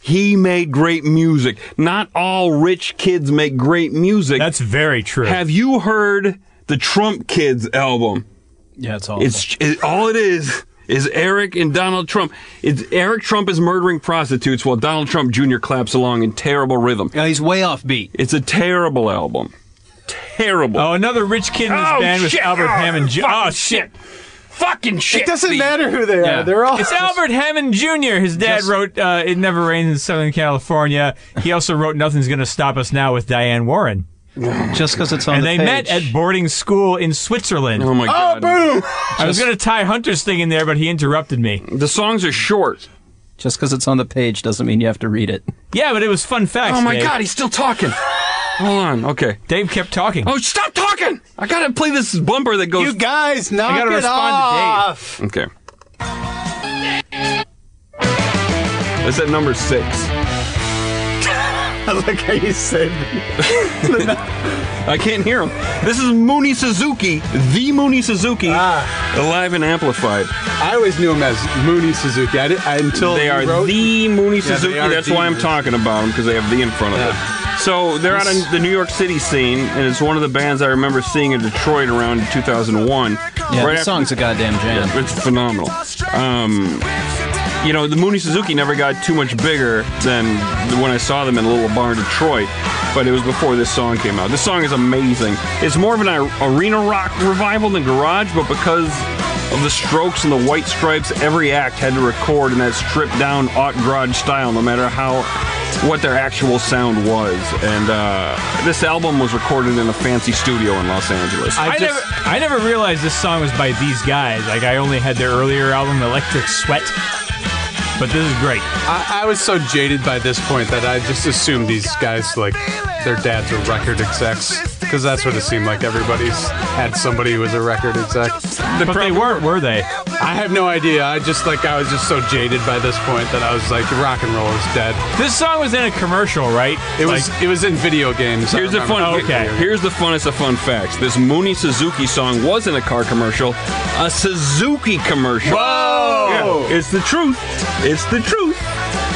S2: He made great music. Not all rich kids make great music.
S5: that's very true.
S2: Have you heard the Trump Kids album?
S4: Yeah, it's all.
S2: It's it, all it is is Eric and Donald Trump. It's Eric Trump is murdering prostitutes while Donald Trump Jr. claps along in terrible rhythm.
S4: Yeah, he's way off beat.
S2: It's a terrible album. Terrible.
S5: oh, another rich kid in this
S2: Oh,
S5: band was
S2: shit.
S5: Albert
S2: Oh,
S5: Hammond. Ju-
S2: fucking
S5: oh shit!
S2: Fucking shit.
S3: it doesn't
S2: Steve.
S3: matter who they are
S4: Yeah.
S3: they're all
S5: It's Albert Hammond Jr. His dad wrote uh, "It Never Rains in Southern California." He also wrote "Nothing's Gonna Stop Us Now" with Diane Warren,
S4: Just because it's on
S5: and
S4: the
S5: they met
S4: page.
S5: at boarding school in Switzerland.
S2: Oh my god.
S3: boom
S5: I was gonna tie Hunter's thing in there, but he interrupted me.
S2: The songs are short.
S4: Just because it's on the page doesn't mean you have to read it.
S5: Yeah, but it was fun facts.
S2: Oh my
S5: Dave.
S2: god, he's still talking. Hold on. Okay.
S5: Dave kept talking.
S2: Oh, stop talking. I got to play this bumper that goes
S3: You guys, knock
S5: gotta
S3: it
S5: respond to Dave.
S3: off.
S2: Okay. That's at number six.
S3: I like how you said.
S2: I can't hear him. This is Mooney Suzuki, the Mooney Suzuki,
S3: Ah.
S2: alive and amplified.
S3: I always knew him as Mooney Suzuki. I did, I, until
S2: They
S3: you
S2: are
S3: Oh, wrote,
S2: the Mooney
S3: they
S2: Suzuki.
S3: are
S2: That's
S3: the
S2: why I'm
S3: Mooney.
S2: talking about them because they have the in front of it. So they're out on the New York City scene, and it's one of the bands I remember seeing in Detroit around 2001.
S4: Yeah,
S2: Right
S4: this
S2: after-
S4: song's a goddamn jam.
S2: It's phenomenal. Um, you know, the Mooney Suzuki never got too much bigger than when I saw them in Little Barn, Detroit, but it was before this song came out. This song is amazing. It's more of an ar- arena rock revival than garage, but because of the strokes and the white stripes, every act had to record in that stripped down aught garage style, no matter how what their actual sound was. And uh, this album was recorded in a fancy studio in Los Angeles.
S5: I,
S3: just-
S5: never, I never realized this song was by these guys. Like I only had their earlier album, Electric Sweat. But this is great.
S3: I, I was so jaded by this point that I just assumed these guys like their dads were record execs because that's what it seemed like. Everybody's had somebody who was a record exec.
S5: but they weren't, were they?
S3: I have no idea. I just like I was just so jaded by this point that I was like, rock and roll is dead.
S5: This song was in a commercial, right?
S3: It was it was in video games. I
S2: Here's the
S3: remember.
S2: fun.
S5: Okay.
S2: here- Here's the funnest of fun facts. This Mooney Suzuki song was in a car commercial, a Suzuki commercial.
S3: Whoa!
S2: Yeah, it's the truth. It's the truth.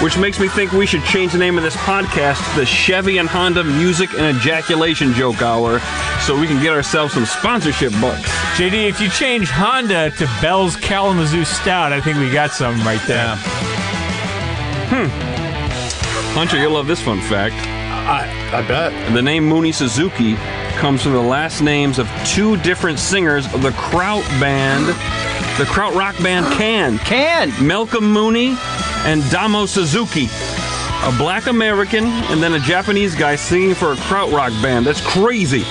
S2: which makes me think we should change the name of this podcast to the Chevy and Honda Music and Ejaculation Joke Hour so we can get ourselves some sponsorship bucks.
S5: JD, if you change Honda to Bell's Kalamazoo Stout, I think we got something right there.
S2: Hunter, you'll love this fun fact.
S7: I, I bet.
S2: The name Mooney Suzuki comes from the last names of two different singers of the Kraut band, the Kraut rock band Can.
S4: Can.
S2: Malcolm Mooney and Damo Suzuki. A black American and then a Japanese guy singing for a Kraut rock band. That's crazy.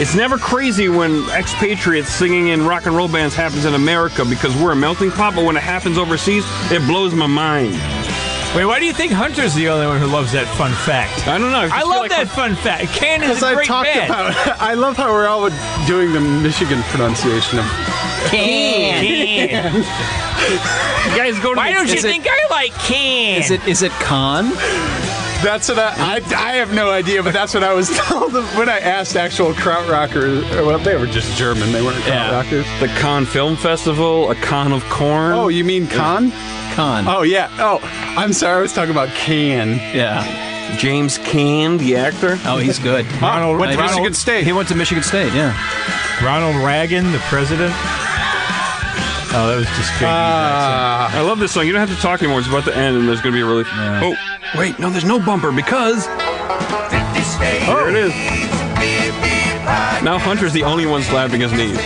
S2: It's never crazy when expatriates singing in rock and roll bands happens in America because we're a melting pot, but when it happens overseas, it blows my mind.
S5: Wait, why do you think Hunter's the only one who loves that fun fact?
S2: I don't know. just
S5: I
S2: feel
S5: love
S2: like-
S5: that fun fact. Can is
S3: Because
S5: a
S3: I
S5: great
S3: talked
S5: band.
S3: about, I love how we're all doing the Michigan pronunciation of
S5: Can.
S2: You guys go to
S5: Why
S2: the-
S5: don't you
S4: Is it-
S5: think I like can?
S4: Is it is it con?
S3: That's what I, I, I have no idea, but that's what I was told them when I asked actual Krautrockers. Well, they were just German. They weren't
S4: Yeah.
S3: Krautrockers.
S2: The Cannes Film Festival, a con of corn.
S3: Oh, you mean Khan?
S4: Con.
S3: Oh, yeah. Oh, I'm sorry. I was talking about Can.
S4: Yeah.
S2: James Caan, the actor.
S4: Oh, he's good.
S5: Ronald,
S4: Went to
S5: Ronald,
S3: Michigan State.
S4: He went to Michigan State. Yeah.
S5: Ronald Reagan, the president. Oh, that was just JD.
S3: Ah,
S2: I love this song. You don't have to talk anymore. It's about to end, and there's going to be a really. Oh, wait, no, there's no bumper because Oh. here it is. Now Hunter's the only one slapping his knees.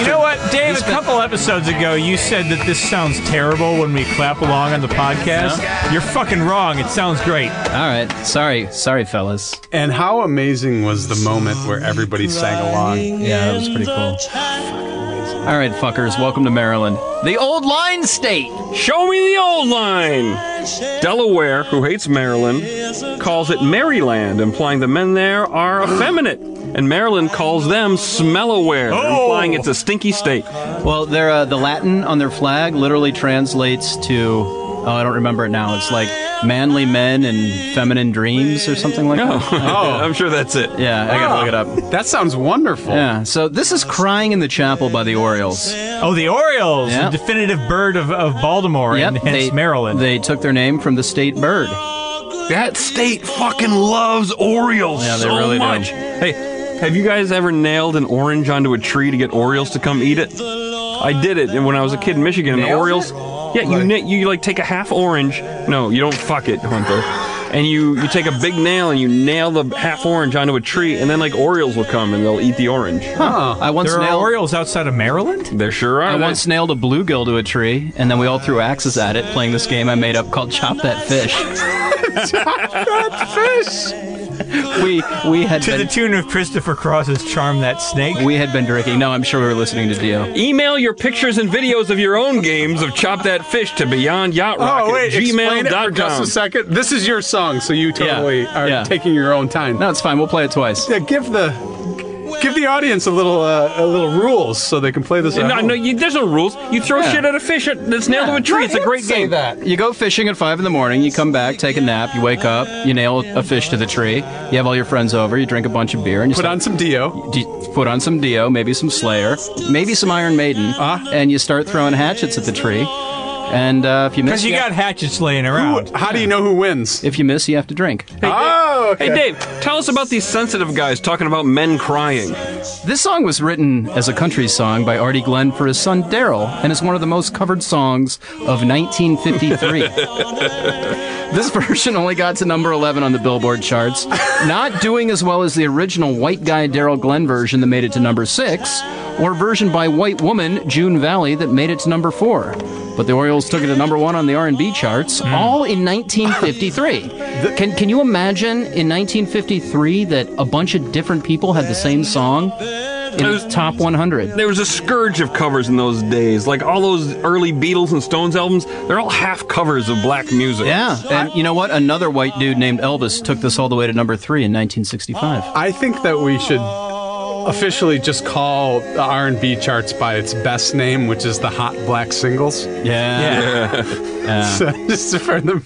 S5: You know what, Dave? A couple episodes ago, you said that this sounds terrible when we clap along on the podcast. You're fucking wrong. It sounds great.
S4: All right. Sorry. Sorry, fellas.
S3: and how amazing was the moment where everybody sang along?
S4: Yeah, that was pretty cool. All right, fuckers. Welcome to Maryland, the old line state.
S2: Show me the old line. Delaware, who hates Maryland, calls it Maryland, implying the men there are effeminate. And Maryland calls them smellaware, implying it's a stinky state.
S4: Well, their uh, the Latin on their flag literally translates to oh, I don't remember it now. It's like manly men and feminine dreams or something like
S2: Oh,
S4: that.
S2: I'm sure that's it.
S4: Yeah, I gotta look it up.
S3: That sounds wonderful.
S4: Yeah, so this is "Crying in the Chapel" by the Orioles.
S5: Oh, the Orioles,
S4: Yep.
S5: the definitive bird of, of Baltimore and hence
S4: they,
S5: Maryland.
S4: They took their name from the state bird.
S2: That state fucking loves Orioles
S4: Yeah, they
S2: so
S4: really do.
S2: much. Hey, have you guys ever nailed an orange onto a tree to get Orioles to come eat it? I did it when I was a kid in Michigan. And the
S4: Nailed
S2: Orioles, yeah,
S4: it?
S2: you na- you like take a half orange. No, you don't fuck it, Hunter. And you you take a big nail and you nail the half orange onto a tree, and then like Orioles will come and they'll eat the orange.
S4: I once
S5: there are
S4: nailed.
S5: Orioles outside of Maryland?
S2: There sure are.
S4: I
S2: they.
S4: once nailed a bluegill to a tree, and then we all threw axes at it, playing this game I made up called "Chop That Fish." we we had
S5: To the
S4: been
S5: tune of Christopher Cross's Charm That Snake.
S4: we had been drinking. No, I'm sure we were listening to Dio.
S2: Email your pictures and videos of your own games of Chop That Fish to Beyond Yacht Rock
S3: Oh, wait.
S2: at
S3: Explain it for
S2: gmail.com.
S3: just a second. This is your song, so you totally are
S4: yeah.
S3: taking your own time.
S4: No, it's fine. We'll play it twice.
S3: Yeah, give the give the audience a little uh, a little rules so they can play this. at
S2: No,
S3: home.
S2: no, you, there's no rules. You throw
S4: Oh. Yeah.
S2: shit at a fish that's nailed to a tree. It's a great game.
S4: You go fishing at five in the morning. You come back, take a nap. You wake up. You nail a fish to the tree. You have all your friends over. You drink a bunch of beer and you
S3: Put
S4: start-
S3: on some Dio.
S4: D- put on some Dio, maybe some Slayer, maybe some Iron Maiden,
S5: Uh-huh.
S4: and you start throwing hatchets at the tree. And uh, if you miss,
S5: Because you got hatchets laying around.
S3: How do you know who wins?
S4: if you miss, you have to drink. Uh,
S3: Oh, okay.
S2: Hey, Dave, tell us about these sensitive guys talking about men crying.
S4: This song was written as a country song by Artie Glenn for his son Daryl, and is one of the most covered songs of 1953. this version only got to number 11 on the Billboard charts, not doing as well as the original white guy Daryl Glenn version that made it to number six, or version by white woman June Valley that made it to number four. But the Orioles took it to number one on the R&B charts, all in 1953. can can you imagine in 1953 that a bunch of different people had the same song in the top 100?
S2: There was a scourge of covers in those days. Like all those early Beatles and Stones albums, they're all half covers of black music.
S4: Yeah, and you know what? Another white dude named Elvis took this all the way to number three in 1965.
S3: I think that we should officially just call the R&B charts by its best name, which is the Hot Black Singles.
S4: Yeah.
S3: So just for the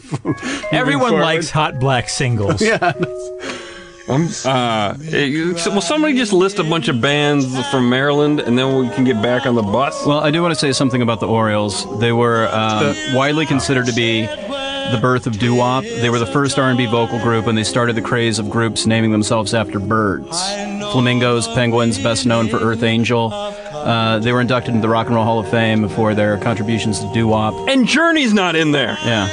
S5: Everyone likes hot black singles.
S2: Um, uh, it- so- will somebody just list a bunch of bands from Maryland and then we can get back on the bus?
S4: Well, I do want to say something about the Orioles. They were um, widely considered to be the birth of doo-wop. They were the first R&B vocal group, and they started the craze of groups naming themselves after birds. Flamingos, penguins, best known for Earth Angel. Uh, they were inducted into the Rock and Roll Hall of Fame for their contributions to doo-wop.
S2: And Journey's not in there.
S4: Yeah,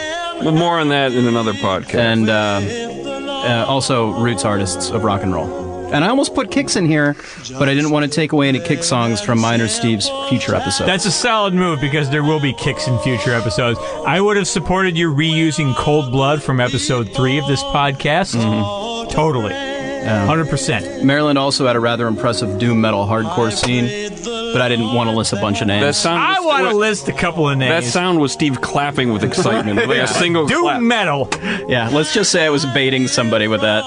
S2: Well, more on that in another podcast.
S4: and uh, uh, also roots artists of rock and roll. And I almost put kicks in here, but I didn't want to take away any kick songs from Minor Steve's future episode.
S5: That's a solid move because there will be kicks in future episodes. I would have supported you reusing Cold Blood from episode three of this podcast.
S2: Mm-hmm.
S5: Totally. 100%.
S4: Maryland also had a rather impressive doom metal hardcore scene, but I didn't want to list a bunch of names.
S2: that sound.
S5: I
S2: was-
S5: want to
S2: wa-
S5: list a couple of
S2: That
S5: names.
S2: sound was Steve clapping with excitement, like a single
S5: Doom
S2: clap.
S5: metal.
S4: yeah, let's just say I was baiting somebody with that.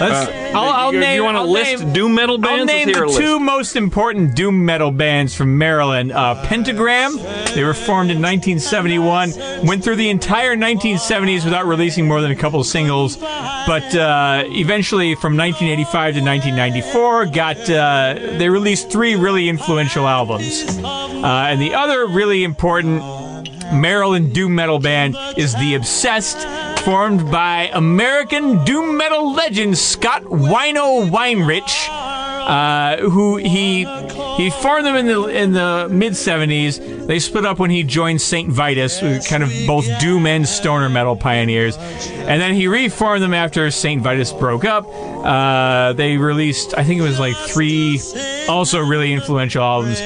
S5: Let's, I'll, I'll
S2: Uh, you,
S5: name.
S2: you want to
S5: I'll
S2: list
S5: name-
S2: doom metal bands?
S5: I'll
S2: Let's
S5: name
S2: hear
S5: the
S2: a list.
S5: two most important doom metal bands from Maryland. Uh, Pentagram, they were formed in 1971, went through the entire 1970s without releasing more than a couple singles, but uh, eventually from 1985 to 1994, got uh, they released three really influential albums. Uh, and the other really important Maryland doom metal band is The Obsessed, formed by American doom metal legend Scott Wino Weinrich, uh, who he he formed them in the in the mid '70s. They split up when he joined Saint Vitus, who were kind of both doom and stoner metal pioneers, and then he reformed them after Saint Vitus broke up. Uh, they released, I think it was like three, also really influential albums.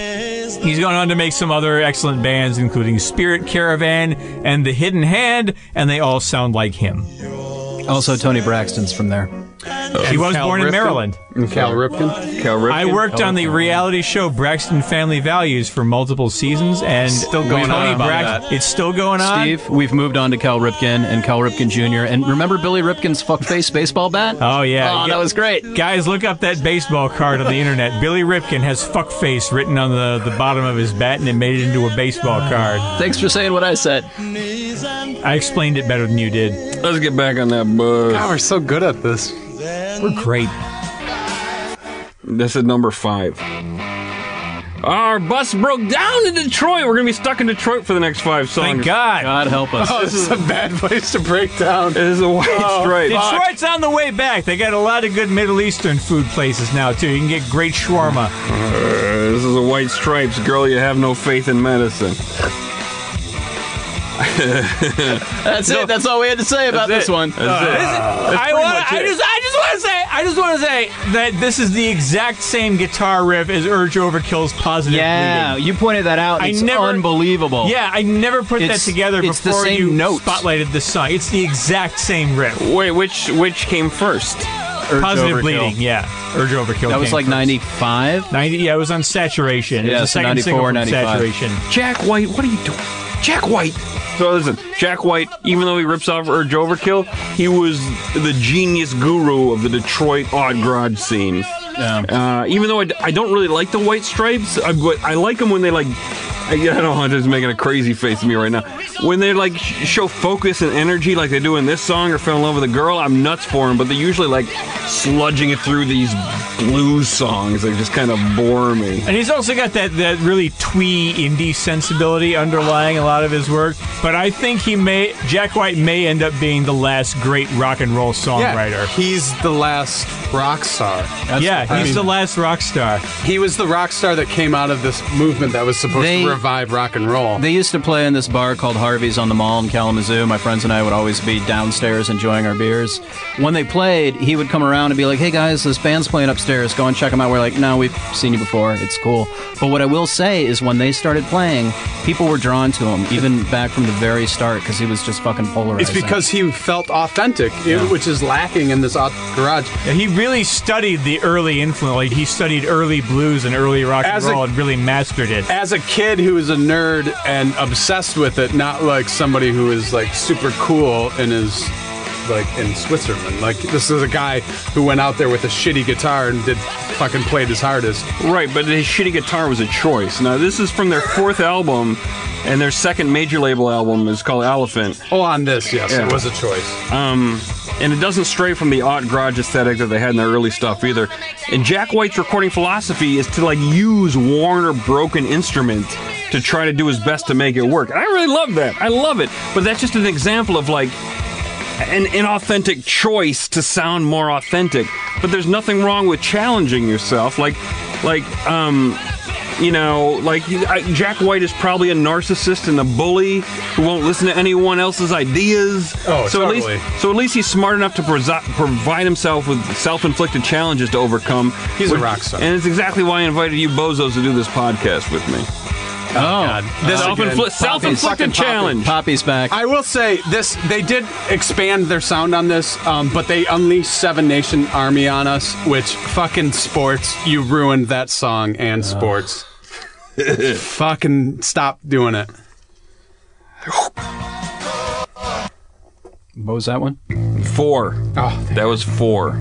S5: He's gone on to make some other excellent bands, including Spirit Caravan and The Hidden Hand, and they all sound like him.
S4: Also, Tony Braxton's from there.
S5: he was
S3: Cal
S5: born in
S3: Ripken?
S5: Maryland.
S3: And Cal Ripken.
S2: Cal Ripken.
S5: I worked
S4: Oh,
S5: on the reality show Braxton Family Values for multiple seasons, and still
S4: going on about that.
S5: It's still going on.
S4: Steve, we've moved on to Cal Ripken and Cal Ripken Jr. And remember Billy Ripken's fuckface baseball bat?
S5: Oh yeah,
S4: Oh, that was great.
S5: Guys, look up that baseball card on the internet. Billy Ripkin has "fuckface" written on the, the bottom of his bat, and it made it into a baseball card.
S4: Thanks for saying what I said.
S5: I explained it better than you did.
S2: Let's get back on that bus.
S3: God, we're so good at this.
S5: We're great.
S2: This is number five. Our bus broke down in Detroit. We're gonna be stuck in Detroit for the next five songs.
S5: Thank God.
S4: God help us.
S3: Oh, this is a bad place to break down.
S2: It is a white
S5: Oh,
S2: stripe.
S5: Detroit's on the way back. They got a lot of good Middle Eastern food places now too. You can get great shawarma.
S2: Uh, this is a white stripes, girl. You have no faith in medicine.
S4: That's it. That's all we had to say about
S2: That's
S4: this
S2: it.
S4: one.
S5: Uh, I,
S2: pretty
S5: wanna,
S2: much
S5: I
S2: it.
S5: just, I just want to say, I just want to say that this is the exact same guitar riff as Urge Overkill's Positive
S4: Yeah,
S5: Bleeding.
S4: you pointed that out.
S5: I
S4: It's
S5: never-
S4: unbelievable.
S5: Yeah, I never put
S4: It's-
S5: that together
S4: it's the
S5: before
S4: same
S5: you
S4: note.
S5: spotlighted this song. It's the exact same riff.
S2: Wait, which which came first?
S4: Urge
S5: Positive
S4: Overkill.
S5: Bleeding, yeah. Urge Overkill.
S4: That was
S5: came
S4: like
S5: first.
S4: 95.
S5: 90, yeah, it was on Saturation. it
S4: Yeah,
S5: was the
S4: so
S5: second single
S4: 94, 95.
S5: from Saturation.
S2: Jack White. What are you doing, Jack White? So listen, Jack White. Even though he rips off Urge Overkill, he was the genius guru of the Detroit odd garage scene.
S4: Yeah.
S2: Uh, even though I, d- I don't really like the white stripes, I, but I like them when they like. I, I don't know, Hunter's making a crazy face at me right now. When they like sh- show focus and energy like they do in this song or fell in love with a girl, I'm nuts for them, but they're usually like sludging it through these blues songs. They just kind of bore me.
S5: And he's also got that, that really twee indie sensibility underlying a lot of his work. But I think he may Jack White may end up being the last great rock and roll
S3: Yeah,
S5: songwriter.
S3: he's the last rock star.
S5: Yeah,
S3: I
S5: he's
S3: mean-
S5: the last rock star.
S3: He was the rock star that came out of this movement that was supposed
S4: They-
S3: to revive rock and roll.
S4: They used to play in this bar called Harvey's on the Mall in Kalamazoo. My friends and I would always be downstairs enjoying our beers. When they played, he would come around and be like, "Hey guys, this band's playing upstairs. Go and check them out." We're like, "No, we've seen you before. It's cool." But what I will say is, when they started playing, people were drawn to him, even back from the very start, because he was just fucking polarizing.
S3: it's because he felt authentic, it- which is lacking in this au- garage.
S5: Yeah, He really studied the early influence. Like he studied early blues and early rock
S3: As a-
S5: and roll and really mastered it.
S3: As a kid who was a nerd and obsessed with it, not like somebody who is like super cool and is like in Switzerland. Like this is a guy who went out there with a shitty guitar and did fucking played his hardest.
S2: Right, but his shitty guitar was a choice. Now, this is from their fourth album, and their second major label album is called Elephant.
S3: Oh, on this, yes,
S2: Yeah. Oh.
S3: it was a choice.
S2: and it doesn't stray from the odd garage aesthetic that they had in their early stuff either. And Jack White's recording philosophy is to like use worn or broken instruments to try to do his best to make it work. And I really love that. I love it. But that's just an example of like an inauthentic choice to sound more authentic. But there's nothing wrong with challenging yourself. Like, like, um, you know, like you- I, Jack White is probably a narcissist and a bully who won't listen to anyone else's ideas.
S3: Oh,
S2: so
S3: totally.
S2: at least, so at least he's smart enough to presi- provide himself with self-inflicted challenges to overcome.
S3: He's a
S2: Which-
S3: rock star.
S2: and it's exactly why I invited you bozos to do this podcast with me.
S4: Oh,
S3: This again.
S2: Self-infl-
S3: Fucking
S2: self-inflicted
S3: Poppy.
S2: challenge.
S4: Poppy's back.
S3: I will say this: they did expand their sound on this, um, but they unleashed Seven Nation Army on us, which fucking sports. You ruined that song and sports. fucking stop doing it.
S4: what was that one?
S2: Four.
S3: Oh,
S2: That was four.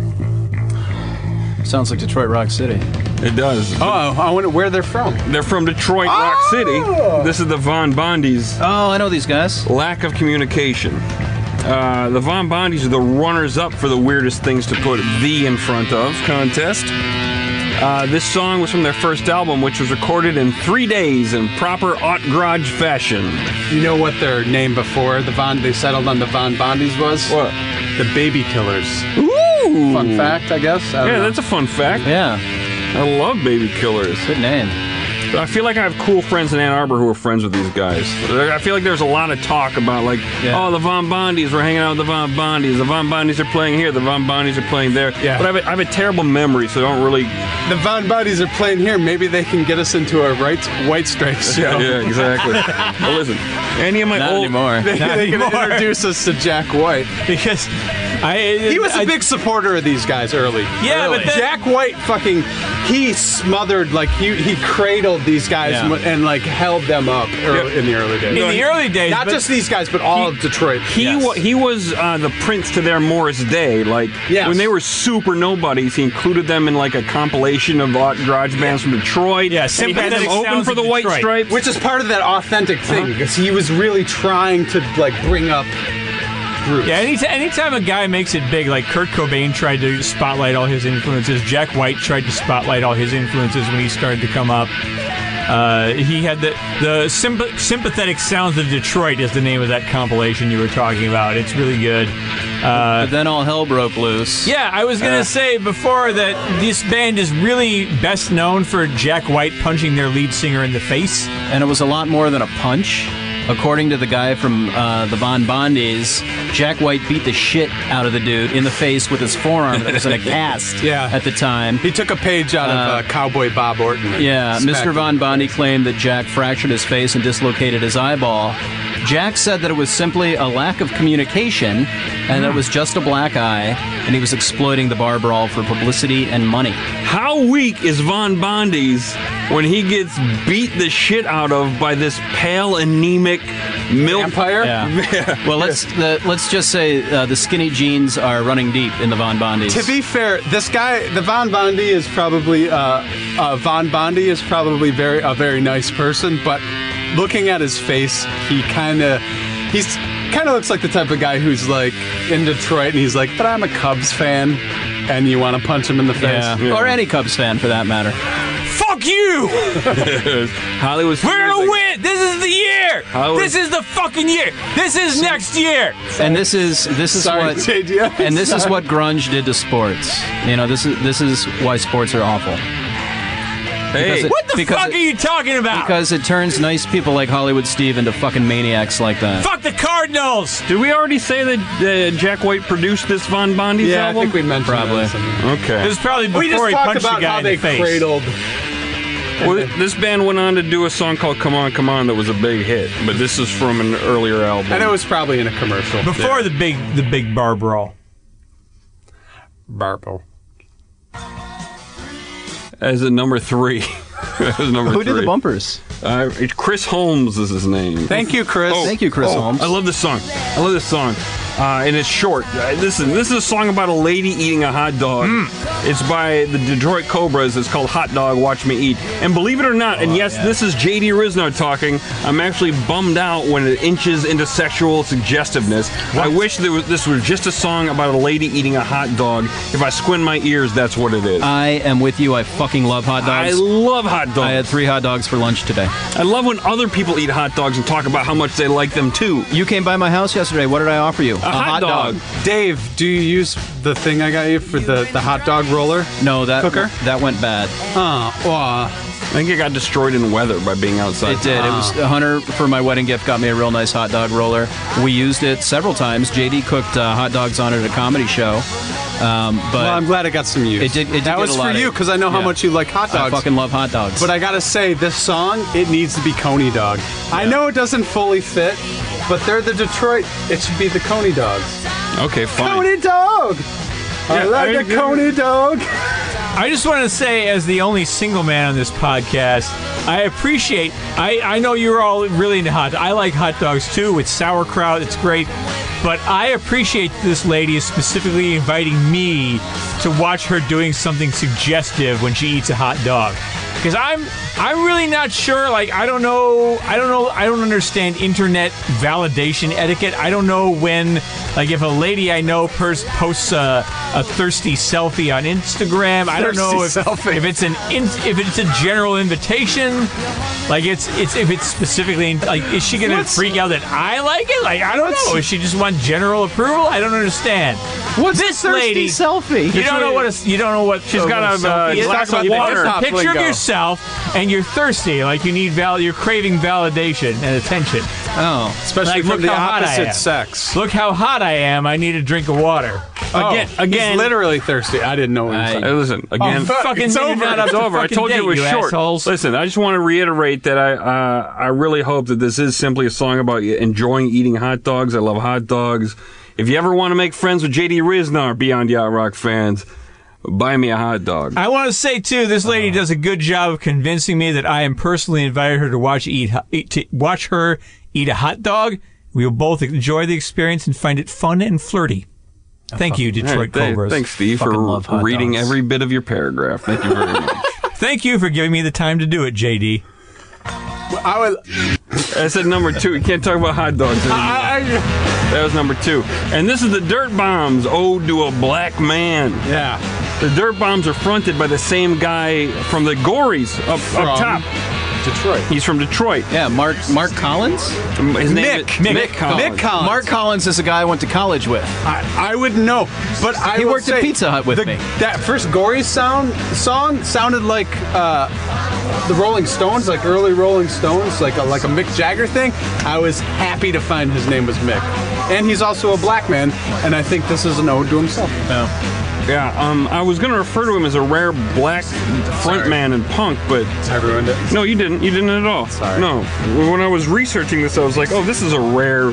S4: Sounds like Detroit Rock City.
S2: It does.
S3: oh, I wonder where they're from.
S2: They're from Detroit,
S3: Oh!
S2: Rock City. This is the Von Bondi's
S4: Oh, I know these guys.
S2: lack of communication. Uh, the Von Bondi's are the runners up for the weirdest things to put the in front of contest. Uh, this song was from their first album, which was recorded in three days in proper Ott Garage fashion.
S3: You know what their name before the Von they settled on the Von Bondies was?
S2: What?
S3: The Baby Killers.
S2: Ooh!
S3: Fun fact, I guess. I don't
S2: Yeah,
S3: know.
S2: that's a fun fact.
S4: Yeah,
S2: I love baby killers.
S4: good name.
S2: I feel like I have cool friends in Ann Arbor who are friends with these guys. I feel like there's a lot of talk about like,
S4: Yeah.
S2: oh, the Von Bondies, we're hanging out with the Von Bondies. The Von Bondies are playing here. The Von Bondies are playing there.
S3: Yeah.
S2: But I have, a, I have a terrible memory, so I don't really.
S3: the Von Bondies are playing here. Maybe they can get us into a right White Stripes show.
S2: exactly. but listen, any of my
S4: Not
S2: old
S4: anymore.
S3: They, they can
S5: anymore.
S3: introduce us to Jack White.
S5: because I
S3: He was
S5: I-
S3: a big supporter of these guys early.
S5: Yeah, but then-
S3: Jack White fucking he smothered like he he cradled these guys
S4: Yeah.
S3: and, and like held them up early, in the early days.
S5: in the early days.
S3: Not
S5: but-
S3: just these guys, but all of Detroit.
S2: He
S3: Yes.
S2: wa- he was uh, the prince to their Morris Day. Like
S3: Yes.
S2: when they were super nobodies, he included them in like a compilation of uh, garage bands from Detroit.
S5: Yeah,
S2: And he had them
S5: sympathetic
S2: open
S5: sounds
S2: for
S5: of
S2: the White
S5: Detroit.
S2: Stripes.
S3: which is part of that authentic thing because he was really trying to like bring up roots.
S5: Yeah, anytime, anytime a guy makes it big, like Kurt Cobain tried to spotlight all his influences, Jack White tried to spotlight all his influences when he started to come up. Uh, he had the the symp- sympathetic sounds of Detroit is the name of that compilation you were talking about. It's really good.
S3: Uh,
S4: But then all hell broke loose.
S5: Yeah, I was gonna say before that this band is really best known for Jack White punching their lead singer in the face.
S4: and it was a lot more than a punch. According to the guy from uh, the Von Bondies, Jack White beat the shit out of the dude in the face with his forearm that was in a cast
S3: Yeah.
S4: at the time.
S3: He took a page out of uh, Cowboy Bob Orton. and
S4: Yeah,
S3: smacked
S4: Mr.
S3: him.
S4: Von Bondi claimed that Jack fractured his face and dislocated his eyeball. Jack said that it was simply a lack of communication and that it was just a black eye, and he was exploiting the bar brawl for publicity and money.
S2: How weak is Von Bondi's when he gets beat the shit out of by this pale, anemic milk?
S3: Vampire.
S4: Yeah. well, let's the, let's just say uh, the skinny jeans are running deep in the Von Bondies.
S3: To be fair, this guy, the Von Bondi, is probably uh, uh, Von Bondi is probably very a very nice person, but looking at his face, he kind of he's kind of looks like the type of guy who's like in Detroit and he's like, but I'm a Cubs fan, and you want to punch him in the face. Oh,
S4: Yeah. Or any Cubs fan for that matter.
S5: Fuck you!
S2: Hollywood.
S5: We're
S2: Squares, like-
S5: gonna win! This is the year!
S2: How
S5: This
S2: is-
S5: is the fucking year! This is next year!
S4: And this is this is
S3: Sorry,
S4: what
S3: JD.
S4: and this is what grunge did to sports. You know, this is this is why sports are awful.
S2: Hey,
S4: because it-
S5: What the
S4: Because
S5: fuck
S4: it-
S5: are you talking
S3: Ah.
S5: about?
S4: Because it turns nice people like Hollywood Steve into fucking maniacs like that.
S5: fuck the Cardinals!
S2: did we already say that uh, Jack White produced this Von Bondi's
S3: Yeah, I
S2: album?
S3: think we mentioned
S4: Probably.
S3: That
S2: Okay.
S5: It was probably before
S3: we just
S5: he
S3: talked
S5: punched the
S3: about
S5: guy
S3: how
S5: in the
S3: they
S5: face.
S3: cradled.
S2: Well, this band went on to do a song called "Come On, Come On" that was a big hit, but this is from an earlier album.
S3: And it was probably in a commercial.
S5: Before the big the big bar brawl.
S3: Barbo.
S2: As a number three. As number three.
S4: Who did the bumpers?
S2: Uh, it- Chris Holmes is his name.
S3: Thank you, Chris.
S2: Oh,
S4: Thank you, Chris
S2: oh,
S4: Holmes.
S2: I love this song. I love this song. uh, and it's short. Uh, Listen, this is a song about a lady eating a hot dog.
S4: Hmm.
S2: It's by the Detroit Cobras. It's called Hot Dog, Watch Me Eat. And believe it or not,
S4: Oh,
S2: and yes, this is JD Rizno talking, I'm actually bummed out when it inches into sexual suggestiveness. I wish there was, this was just a song about a lady eating a hot dog. If I squint my ears, that's what it is.
S4: I am with you. I fucking love hot
S2: I
S4: dogs.
S2: love hot dogs.
S4: Um, I had three hot dogs for lunch today.
S2: I love when other people eat hot dogs and talk about how much they like them too.
S4: You came by my house yesterday. What did I offer you? A,
S2: hot dog.
S3: Dave, do you use the thing I got you for the, the hot dog roller?
S4: No, that
S3: Cooker?
S4: that went bad.
S3: Uh, aw.
S2: I think it got destroyed in weather by being outside.
S4: It did. It was Hunter for my wedding gift got me a real nice hot dog roller. We used it several times. JD cooked uh, hot dogs on it at a comedy show, um, but
S3: well, I'm glad it got some use.
S4: It did- it did
S3: that
S4: get
S3: was
S4: a lot
S3: for
S4: of-
S3: you because I know how
S4: yeah.
S3: much you like hot
S4: I
S3: dogs.
S4: fucking love hot dogs.
S3: But I gotta say, this song, it needs to be Coney Dog. I know it doesn't fully fit, but they're the Detroit. It should be the Coney Dogs.
S2: Okay, fine.
S3: Coney Dog! I
S5: Yeah,
S3: like
S5: I
S3: a
S5: agree.
S3: Coney Dog!
S5: I just want to say, as the only single man on this podcast, I appreciate. I, I know you're all really into hot. I like hot dogs too with sauerkraut. It's great, but I appreciate this lady is specifically inviting me to watch her doing something suggestive when she eats a hot dog. Because I'm I'm really not sure. Like I don't know. I don't know. I don't understand internet validation etiquette. I don't know when. Like if a lady I know pers- posts a, a thirsty selfie on Instagram, I don't know if,
S3: Thirsty selfie.
S5: if it's an in, if it's a general invitation, like it's it's if it's specifically like is she gonna
S3: What's-
S5: freak out that I like it? Like I don't
S3: What's-
S5: know. Is she just want general approval? I don't understand.
S3: What's
S5: this
S3: thirsty
S5: lady?
S3: selfie?
S5: You don't know what a, you don't know what she's
S2: got a, uh, glass
S5: It's like
S2: of
S5: a
S2: water.
S5: water. Picture of
S3: Lingo.
S5: yourself, and you're thirsty. Like you need val. You're craving validation and attention.
S4: oh,
S3: Especially
S5: Like,
S3: from
S5: look
S3: the
S5: how hot I am.
S3: opposite sex.
S5: Look how hot I am. I need a drink of water. Again,
S3: Oh,
S5: again.
S3: He's literally thirsty. I didn't know what he was
S4: I-
S3: like.
S2: Hey, listen, again,
S5: fuck, fucking it's over. Not up
S2: Oh, it's
S5: to
S2: over. I
S5: fucking
S2: told you
S5: date,
S2: it was
S5: you
S2: short.
S5: assholes.
S2: Listen, I just want to reiterate that I uh, I really hope that this is simply a song about you enjoying eating hot dogs. I love hot dogs. If you ever want to make friends with JD Riznar, Beyond Yacht Rock fans, buy me a hot dog.
S5: I want to say too, this lady
S2: Uh-huh.
S5: does a good job of convincing me that I am personally invited her to watch eat, ho- eat to watch her eat a hot dog. We will both enjoy the experience and find it fun and flirty. Thank you,
S2: All
S5: Detroit
S2: right, th-
S5: Cobras.
S2: thanks, Steve,
S4: Fucking
S2: for
S4: love hot
S2: reading
S4: dogs.
S2: every bit of your paragraph. Thank you very much.
S5: Thank you for giving me the time to do it, JD.
S3: I would.
S2: I said number two. We can't talk about hot dogs anymore. That was number two. And this is the Dirt Bombs, Ode to a Black Man.
S3: Yeah.
S2: The Dirt Bombs are fronted by the same guy from the Gories up, up
S3: From-
S2: top.
S3: Detroit.
S2: He's from Detroit. Um,
S4: yeah. Mark Mark Collins.
S2: His name
S3: Mick.
S2: is
S3: Mick. Mick Collins.
S4: Mark Collins is a guy I went to college with.
S3: I, I would know, but I
S4: He
S3: will
S4: worked at
S3: say
S4: Pizza Hut with
S3: the-
S4: me.
S3: That first gory sound song sounded like uh, the Rolling Stones, like early Rolling Stones, like a, like a Mick Jagger thing. I was happy to find his name was Mick, and he's also a black man, and I think this is an ode to himself.
S2: Yeah, um, I was going to refer to him as a rare black frontman and punk, but
S3: I ruined it.
S2: no, you didn't. You didn't at all.
S3: Sorry.
S2: No. When I was researching this, I was like, oh, this is a rare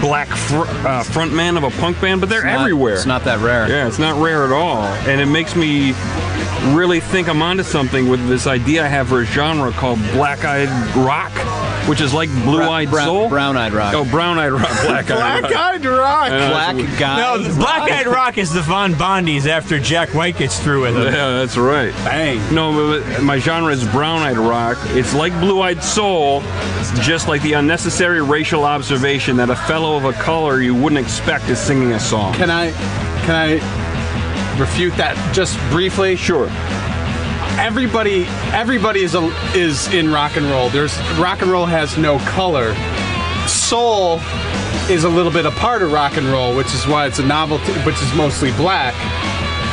S2: black fr- uh, frontman of a punk band, but they're
S4: Not-
S2: everywhere.
S4: It's not that rare.
S2: Yeah, it's not rare at all, and it makes me really think I'm onto something with this idea I have for a genre called black-eyed rock, which is like blue-eyed
S4: Brown-
S2: soul,
S4: brown-eyed rock.
S2: Oh, brown-eyed rock, black-eyed rock.
S3: Black-eyed rock.
S4: Black guy.
S5: No, the Black Eyed Rock is the Von Bondies after Jack White gets through with them.
S2: Yeah, that's right.
S3: Bang.
S2: No, but- but my genre is brown-eyed rock. It's like blue-eyed soul, just like the unnecessary racial observation that a fellow of a color you wouldn't expect is singing a song.
S3: Can I? Can I? Refute that just briefly.
S2: Sure.
S3: everybody everybody is a, is in rock and roll. There's rock and roll has no color. Soul is a little bit a part of rock and roll, which is why it's a novelty, which is mostly black,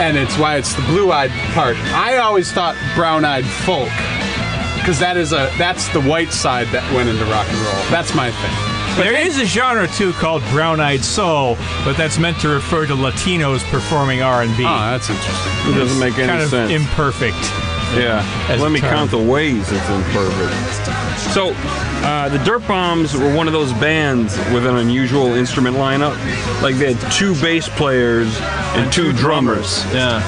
S3: and it's why it's the blue-eyed part. I always thought brown-eyed folk because that is a that's the white side that went into rock and roll. That's my thing.
S5: There is a genre too called Brown Eyed Soul, but that's meant to refer to Latinos performing R and B.
S3: that's interesting.
S2: It doesn't Ah, make any
S5: Kind of
S2: sense.
S5: imperfect.
S2: Yeah.
S5: as
S2: Let
S5: a
S2: me
S5: term.
S2: count the ways it's imperfect. So, uh, the Dirt Bombs were one of those bands with an unusual instrument lineup. Like they had two bass players and, two drummers.
S4: Yeah.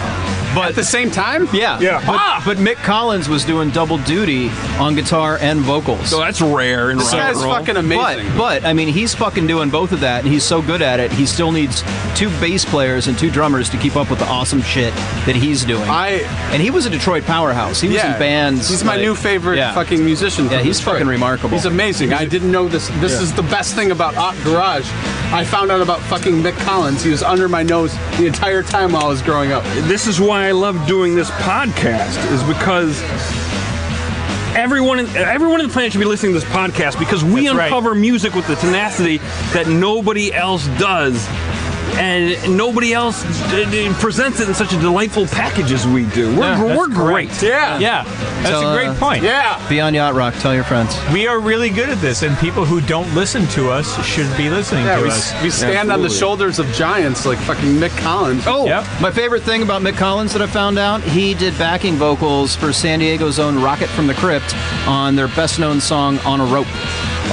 S3: At the same time?
S4: Yeah.
S5: Yeah.
S4: But,
S3: Ah!
S4: but Mick Collins was doing double duty on guitar and vocals.
S2: So that's rare in
S3: This
S2: rock
S3: guy's
S2: and roll.
S3: fucking amazing.
S4: But, but I mean, he's fucking doing both of that, and he's so good at it. He still needs two bass players and two drummers to keep up with the awesome shit that he's doing.
S3: I-
S4: and he was a Detroit powerhouse. He was
S3: yeah,
S4: in bands.
S3: He's my
S4: like-
S3: new favorite
S4: yeah.
S3: fucking musician.
S4: Yeah,
S3: from
S4: he's
S3: Detroit.
S4: fucking remarkable.
S3: He's amazing. I didn't know this. This
S4: Yeah.
S3: is the best thing about Ott Garage. I found out about fucking Mick Collins. He was under my nose the entire time while I was growing up.
S2: this is why I love doing this podcast is because everyone everyone on the planet should be listening to this podcast because we
S5: That's right.
S2: uncover music with the tenacity that nobody else does and nobody else d- d- presents it in such a delightful package as we do. We're,
S5: Yeah, that's
S2: we're great.
S5: correct.
S3: Yeah.
S5: Yeah, that's
S4: So,
S5: a great
S4: uh,
S5: point.
S3: Yeah.
S4: Be on Yacht Rock. Tell your friends.
S5: We are really good at this, and people who don't listen to us should be listening
S3: Yeah,
S5: to
S3: we,
S5: us.
S3: we stand on the
S2: Absolutely.
S3: shoulders of giants like fucking Mick Collins.
S4: Oh,
S5: Yep.
S4: my favorite thing about Mick Collins that I found out, he did backing vocals for San Diego's own Rocket from the Crypt on their best known song, On a Rope.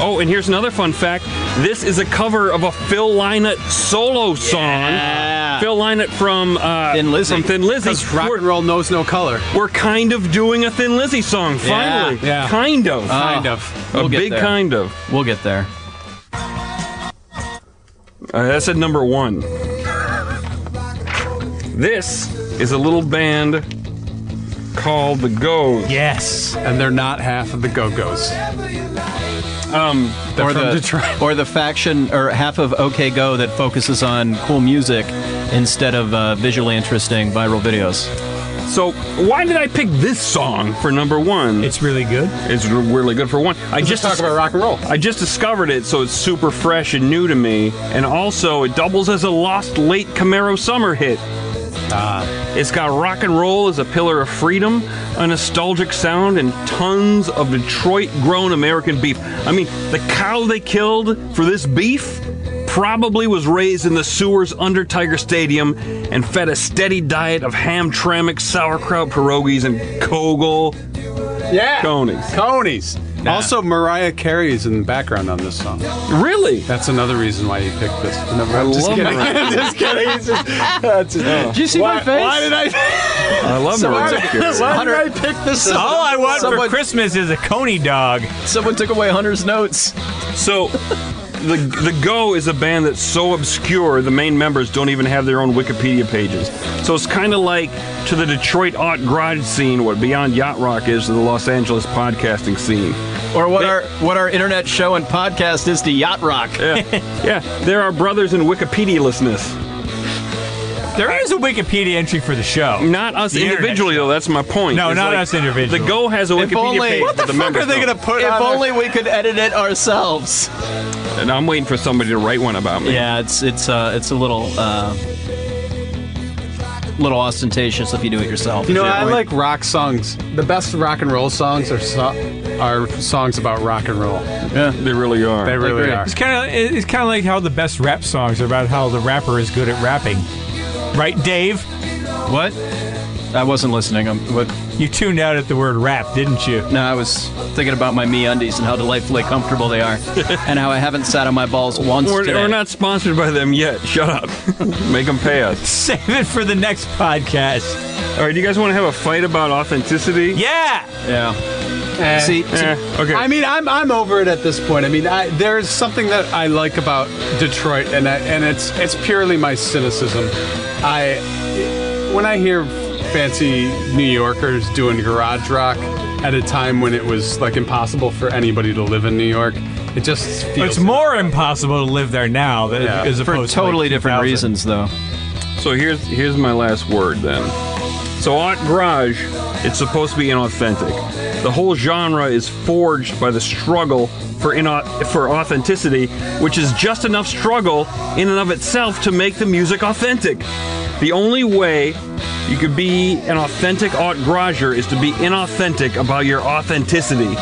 S2: Oh, and here's another fun fact. This is a cover of a Phil Lynott solo song.
S4: Yeah.
S2: Phil Lynott from uh,
S4: Thin Lizzy.
S2: From Thin Lizzy.
S3: Because rock and roll knows no color.
S2: We're kind of doing a Thin Lizzy song, finally.
S5: yeah.
S2: Kind of.
S3: Kind of.
S2: a
S4: We'll get
S2: big
S4: there.
S2: kind of.
S4: We'll get there.
S2: All right, that's at number one. This is a little band called The Go.
S5: Yes.
S3: And they're not half of the Go Go's.
S2: Um,
S3: They're
S4: or
S3: from
S4: the
S3: Detroit.
S4: or the faction or half of OK Go that focuses on cool music instead of uh, visually interesting viral videos.
S2: so why did I pick this song for number one?
S5: It's really good.
S2: It's really good for one. I just
S3: Just talk about rock and roll.
S2: I just discovered it, so it's super fresh and new to me. And also, it doubles as a lost late Camaro summer hit. Ah. It's got rock and roll as a pillar of freedom, a nostalgic sound, and tons of Detroit grown American beef. I mean, the cow they killed for this beef probably was raised in the sewers under Tiger Stadium and fed a steady diet of hamtramck, sauerkraut pierogies, and Kogel
S3: Yeah.
S2: conies.
S3: Conies. Also, Mariah Carey is in the background on this song.
S2: Really?
S3: That's another reason why you picked this. Never, I'm
S2: I
S3: just
S2: love
S3: kidding. Oh.
S2: Mariah.
S3: I'm just kidding. It's just- that's just-
S2: Yeah.
S4: Did you see
S3: why,
S4: my face?
S3: Why did I?
S2: I love
S3: Why
S2: Mariah
S3: did,
S2: Carey.
S3: why did I pick this? song?
S5: All I want
S4: Someone-
S5: for Christmas is a Coney dog.
S4: Someone took away Hunter's notes.
S2: So, the the Go is a band that's so obscure the main members don't even have their own Wikipedia pages. So it's kind of like to the Detroit art garage scene what Beyond Yacht Rock is to the Los Angeles podcasting scene.
S4: Or what our what our internet show and podcast is to Yacht Rock.
S2: Yeah, there are brothers in Wikipedialessness.
S5: There is a Wikipedia entry for the show.
S2: Not us
S5: The internet
S2: individually though. That's my point.
S5: No,
S2: It's
S5: not us individually.
S2: The Go has a Wikipedia
S4: only-
S2: page.
S4: What
S2: but members don't.
S3: put?
S4: If
S3: on there?
S4: only we could edit it ourselves.
S2: And I'm waiting for somebody to write one about me.
S4: Yeah, it's it's uh, it's a little uh, little ostentatious if you do it yourself.
S3: You know, I like rock songs. The best rock and roll songs are so- are songs about rock and roll.
S2: They really are.
S3: They really
S4: agree.
S3: are.
S5: It's kind of it's kind of like how the best rap songs are about how the rapper is good at rapping, right, Dave?
S4: what? I wasn't listening. I'm, what?
S5: You tuned out at the word rap, didn't you?
S4: No, I was thinking about my me undies and how delightfully comfortable they are, and how I haven't sat on my balls once
S2: We're,
S4: today.
S2: we're not sponsored by them yet. Shut up. Make them pay us.
S5: Save it for the next podcast.
S2: All right, do you guys want to have a fight about authenticity?
S5: Yeah.
S4: Yeah.
S3: Eh.
S4: See, see,
S2: Eh, okay.
S3: I mean, I'm I'm over it at this point. I mean, I, there's something that I like about Detroit, and I, and it's it's purely my cynicism. I when I hear fancy New Yorkers doing garage rock at a time when it was like impossible for anybody to live in New York, it just feels
S5: It's more impossible to live there now than
S3: Yeah.
S5: as
S4: for
S5: opposed
S4: totally
S5: to like
S4: different
S5: 2000.
S4: reasons, though.
S2: So here's here's my last word then. So Art Garage, it's supposed to be inauthentic. The whole genre is forged by the struggle for inau- for authenticity, which is just enough struggle in and of itself to make the music authentic. The only way you could be an authentic Art Garager is to be inauthentic about your authenticity.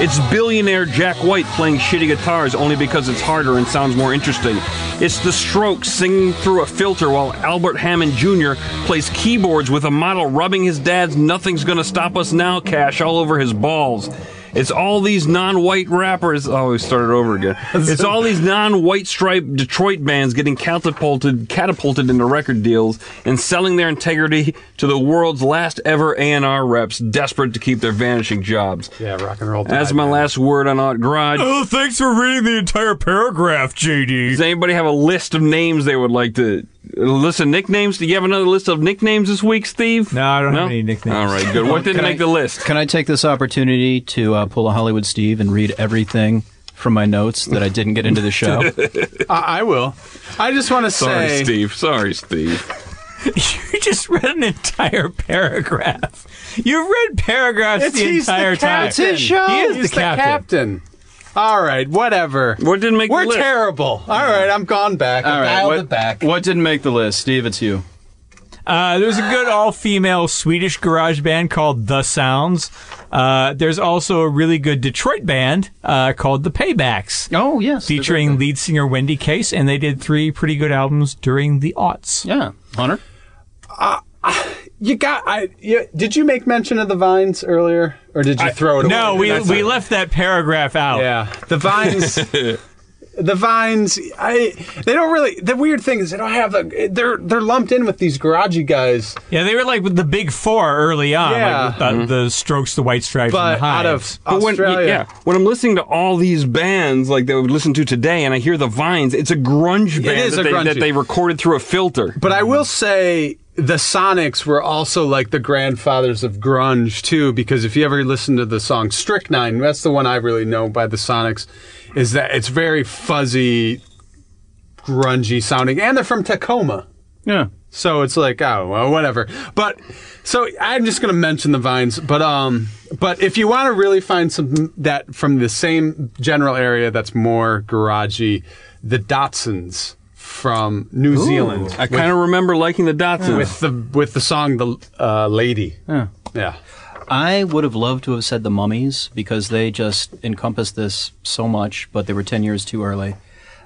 S2: It's billionaire Jack White playing shitty guitars only because it's harder and sounds more interesting. It's the Strokes singing through a filter while Albert Hammond Jr. plays keyboards with a model rubbing his dad's Nothing's Gonna Stop Us Now cash all over his balls. It's all these non-white rappers. Oh, we started over again. It's all these non-white striped Detroit bands getting catapulted, catapulted into record deals and selling their integrity to the world's last ever A&R reps, desperate to keep their vanishing jobs.
S3: Yeah, rock and roll.
S2: That's
S3: died,
S2: my
S3: man.
S2: last word on Aunt Garage.
S5: Oh, thanks for reading the entire paragraph, JD.
S2: Does anybody have a list of names they would like to a list of nicknames? Do you have another list of nicknames this week, Steve?
S5: No, I don't have any nicknames.
S2: All right, good. What didn't
S4: Can I-
S2: make the list?
S4: Can I take this opportunity to uh, pull a Hollywood Steve and read everything from my notes that I didn't get into the show?
S3: I, I will. I just want to
S2: Sorry,
S3: say,
S2: Steve. Sorry, Steve.
S5: You just read an entire paragraph. You read paragraphs
S3: It's-
S5: the
S3: he's the
S5: entire time.
S3: captain. It's his
S5: He is
S3: he's
S5: the captain.
S3: captain. All right, whatever.
S2: What didn't make
S3: We're
S2: the list?
S3: terrible. All right, I'm gone back.
S4: All right,
S3: Dialed
S4: what,
S3: it back.
S4: what didn't make the list? Steve, it's you.
S5: Uh, there's a good all-female Swedish garage band called The Sounds. Uh, there's also a really good Detroit band uh, called The Paybacks,
S4: Oh, yes.
S5: featuring lead singer Wendy Case, and they did three pretty good albums during the aughts.
S4: Yeah. Hunter?
S3: You got? I you, did you make mention of the vines earlier, or did you throw it away?
S5: No, we,
S3: That's
S5: we
S3: it.
S5: left that paragraph out.
S3: Yeah, the vines. the vines. I. They don't really. The weird thing is they don't have. The, they're they're lumped in with these garagey guys.
S5: Yeah, they were like with the big four early on,
S3: Yeah. Mm-hmm.
S5: like with the, the Strokes, the White Stripes, and
S3: But
S5: the
S3: out
S5: Hives.
S3: of
S2: But when,
S3: Australia,
S2: yeah, when I'm listening to all these bands like that we listen to today, and I hear the Vines, it's a grunge band
S3: is
S2: that,
S3: a
S2: they, that
S3: grungy.
S2: they recorded through a filter.
S3: But I will say the Sonics were also like the grandfathers of grunge too, because if you ever listen to the song Strychnine, that's the one I really know by the Sonics, is that it's very fuzzy, grungy sounding, and they're from Tacoma.
S4: Yeah.
S3: So it's like, oh, well, whatever. But so I'm just going to mention the vines. But um, but if you want to really find some that from the same general area that's more garagey, the Dotsons from New Zealand
S2: I kind of remember liking the Dotsons.
S3: with the with the song the uh, lady. Yeah.
S4: I would have loved to have said the mummies because they just encompass this so much, but they were 10 years too early.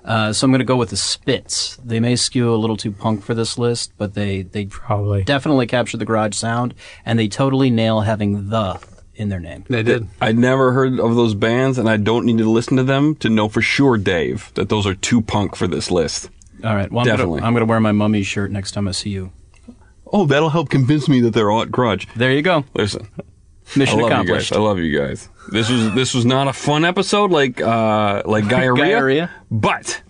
S4: Uh, so I'm going to go with the Spits. They may skew a little too punk for this list, but they, they
S5: Probably.
S4: definitely capture the garage sound, and they totally nail having the in their name.
S3: they did.
S2: I never heard of those bands, and I don't need to listen to them to know for sure, Dave, that those are too punk for this list.
S4: All right. Well, I'm
S2: Definitely.
S4: Gonna, I'm going to wear my mummy shirt next time I see you.
S2: Oh, that'll help convince me that they're all grudge.
S4: There you go.
S2: Listen, I
S4: Mission
S2: love
S4: accomplished.
S2: you guys. I love you guys. This was this was not a fun episode like uh like Guyarrhea,
S4: Guyarrhea.
S2: but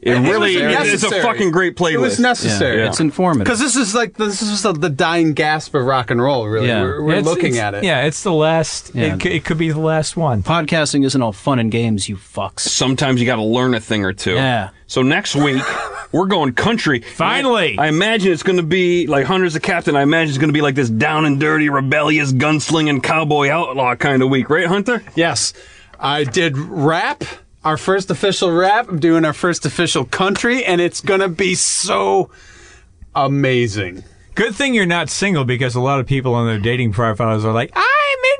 S2: it really
S3: was
S2: it- it's a
S3: necessary.
S2: fucking great playlist.
S3: It was necessary.
S2: Yeah.
S4: It's informative.
S3: Because this is like this is the dying gasp of rock and roll. Really,
S4: Yeah.
S3: we're, we're
S5: It's-
S3: looking
S5: it's-
S3: at it.
S5: Yeah, it's the last.
S4: Yeah.
S5: It, could, it could be the last one.
S4: podcasting isn't all fun and games, you fucks.
S2: sometimes you got to learn a thing or two.
S4: Yeah.
S2: So next week we're going country.
S5: Finally.
S2: And I, I imagine it's going to be like Hunter's the captain. I imagine it's going to be like this down and dirty, rebellious, gunslinging cowboy outlaw kind of week, right, Hunter?
S3: Yes, I did rap. Our first official rap. I'm doing our first official country, and it's gonna be so amazing.
S5: Good thing you're not single because a lot of people on their dating profiles are like, I'm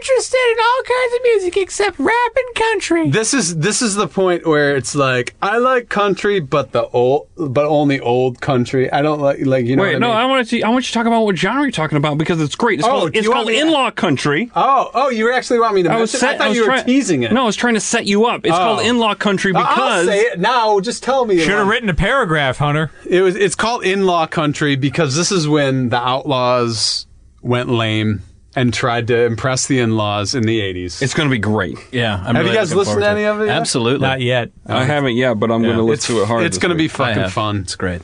S5: interested in all kinds of music except rap and country.
S3: This is this is the point where it's like I like country, but the old, but only old country. I don't like like you know.
S2: Wait,
S3: what I
S2: no,
S3: mean?
S2: I want to see. I want you to talk about what genre you're talking about because it's great. It's
S3: Oh,
S2: called,
S3: do
S2: it's
S3: you want
S2: called
S3: me to-
S2: in-law country.
S3: Oh, oh, you actually want me to
S2: I was
S3: mention?
S2: set,
S3: I thought
S2: was
S3: you were
S2: try-
S3: teasing it. Oh.
S2: No, I was trying to set you up. It's called in-law country
S3: I'll
S2: because
S3: say it now. Just tell me.
S5: Should have
S3: Ron.
S5: written a paragraph, Hunter.
S3: It was. It's called in-law country because this is when the outlaws went lame and tried to impress the in-laws in the '80s.
S2: it's going to be great.
S4: Yeah. I'm
S3: Have you
S4: really
S3: guys
S4: looking
S3: listened
S4: forward
S3: to any
S4: it.
S3: of it yet?
S4: Absolutely.
S5: Not yet.
S2: I haven't yet, but I'm going to
S3: It's,
S2: listen to it hard.
S3: it's
S2: this
S3: gonna be
S2: week.
S4: I
S3: fucking
S4: have.
S3: fun.
S4: It's great.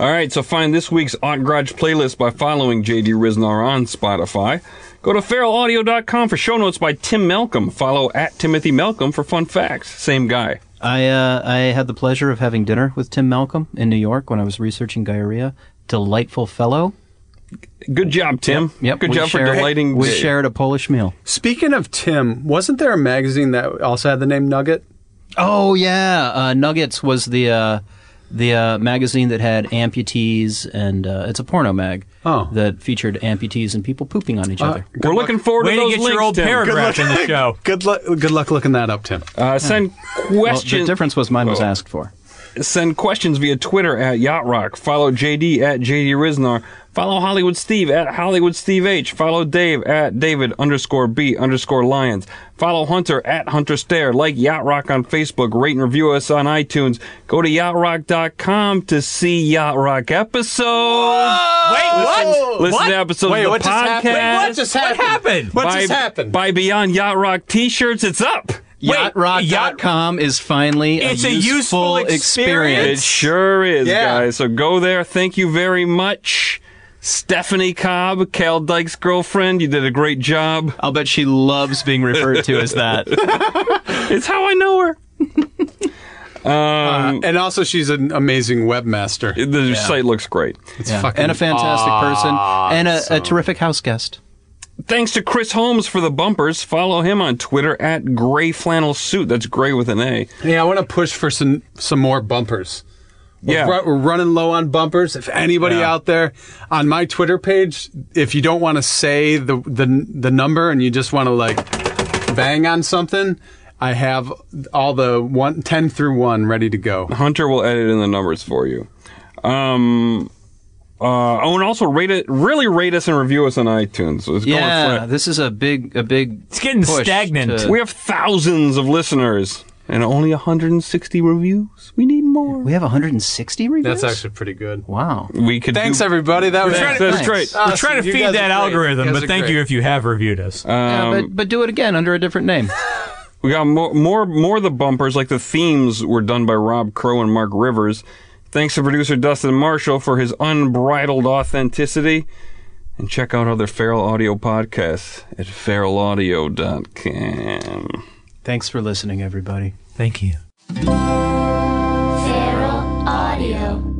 S2: All right, so find this week's Aunt Garage playlist by following JD Riznar on Spotify. Go to feralaudio.com for show notes by Tim Malcolm. Follow at Timothy Malcolm for fun facts. Same guy.
S4: I uh, I had the pleasure of having dinner with Tim Malcolm in New York when I was researching diarrhea. Delightful fellow.
S2: Good job, Tim.
S4: Yep.
S2: Good
S4: we
S2: job for
S4: shared-
S2: delighting.
S4: We
S2: Dave.
S4: shared a Polish meal.
S3: Speaking of Tim, wasn't there a magazine that also had the name Nugget?
S4: Oh yeah, uh, Nuggets was the uh, the uh, magazine that had amputees and uh, it's a porno mag
S3: Oh.
S4: that featured amputees and people pooping on each other.
S2: We're looking forward to
S5: Way to
S2: those
S5: get
S2: links,
S5: your old
S2: Tim.
S5: paragraph in the show.
S3: Good luck. Good luck looking that up, Tim.
S2: Uh, send
S4: Well, the
S2: questions.
S4: difference was mine was
S2: Oh.
S4: asked for.
S2: Send questions via Twitter at Yacht Rock. Follow JD at JD Riznar. Follow Hollywood Steve at Hollywood Steve H. Follow Dave at David underscore B underscore Lions. Follow Hunter at Hunter Stare. Like Yacht Rock on Facebook. Rate and review us on iTunes. Go to yachtrock.com to see Yacht Rock episodes.
S5: Wait,
S2: Listen, listen to episodes
S3: Wait,
S2: of the
S3: what just
S2: podcast.
S3: happened? Wait, what just
S5: What
S3: happened?
S5: happened?
S3: What
S2: Buy-
S3: just happened?
S2: Buy Beyond Yacht Rock t-shirts. It's up.
S4: YachtRock.com is finally
S5: It's a
S4: a useful,
S5: useful
S2: It
S5: experience.
S2: sure is,
S3: Yeah.
S2: guys. So go there. Thank you very much. Stephanie Cobb, Cal Dyke's girlfriend, you did a great job.
S4: I'll bet she loves being referred to as that.
S2: It's how I know her.
S3: and also, she's an amazing webmaster.
S2: The site looks great.
S3: It's
S4: Yeah.
S3: fucking
S4: And a fantastic person and a, a terrific house guest.
S2: Thanks to Chris Holmes for the bumpers. Follow him on Twitter at Gray Flannel Suit. That's gray with an A.
S3: Yeah, I want to push for some some more bumpers. We're
S2: Yeah.
S3: ru- we're running low on bumpers. If anybody out there on my Twitter page, if you don't want to say the the the number and you just want to like bang on something, I have all the one ten through one ready to go.
S2: Hunter will edit in the numbers for you. Um, uh, oh, and also rate it. Really rate us and review us on iTunes. It's going
S4: Yeah,
S2: for it.
S4: this is a big, a big. It's
S5: getting stagnant.
S2: we have thousands of listeners and only 160 reviews. We need more.
S4: we have 160 reviews.
S3: That's actually pretty good.
S4: wow.
S2: We could.
S3: Thanks
S2: do-
S3: everybody. That was
S2: That's
S4: Thanks.
S2: great.
S5: We're trying to
S3: You
S5: feed
S3: guys
S5: that
S3: are great. You
S5: algorithm,
S3: guys
S5: but
S3: are
S5: thank
S3: great. Uh,
S5: you if you have reviewed us.
S4: Yeah, but, but do it again under a different name.
S2: We got more, more, more of the bumpers. Like the themes were done by Rob Crow and Mark Rivers. Thanks to producer Dustin Marshall for his unbridled authenticity. And check out other Feral Audio podcasts at feralaudio.com.
S4: Thanks for listening, everybody.
S5: thank you.
S1: Feral Audio.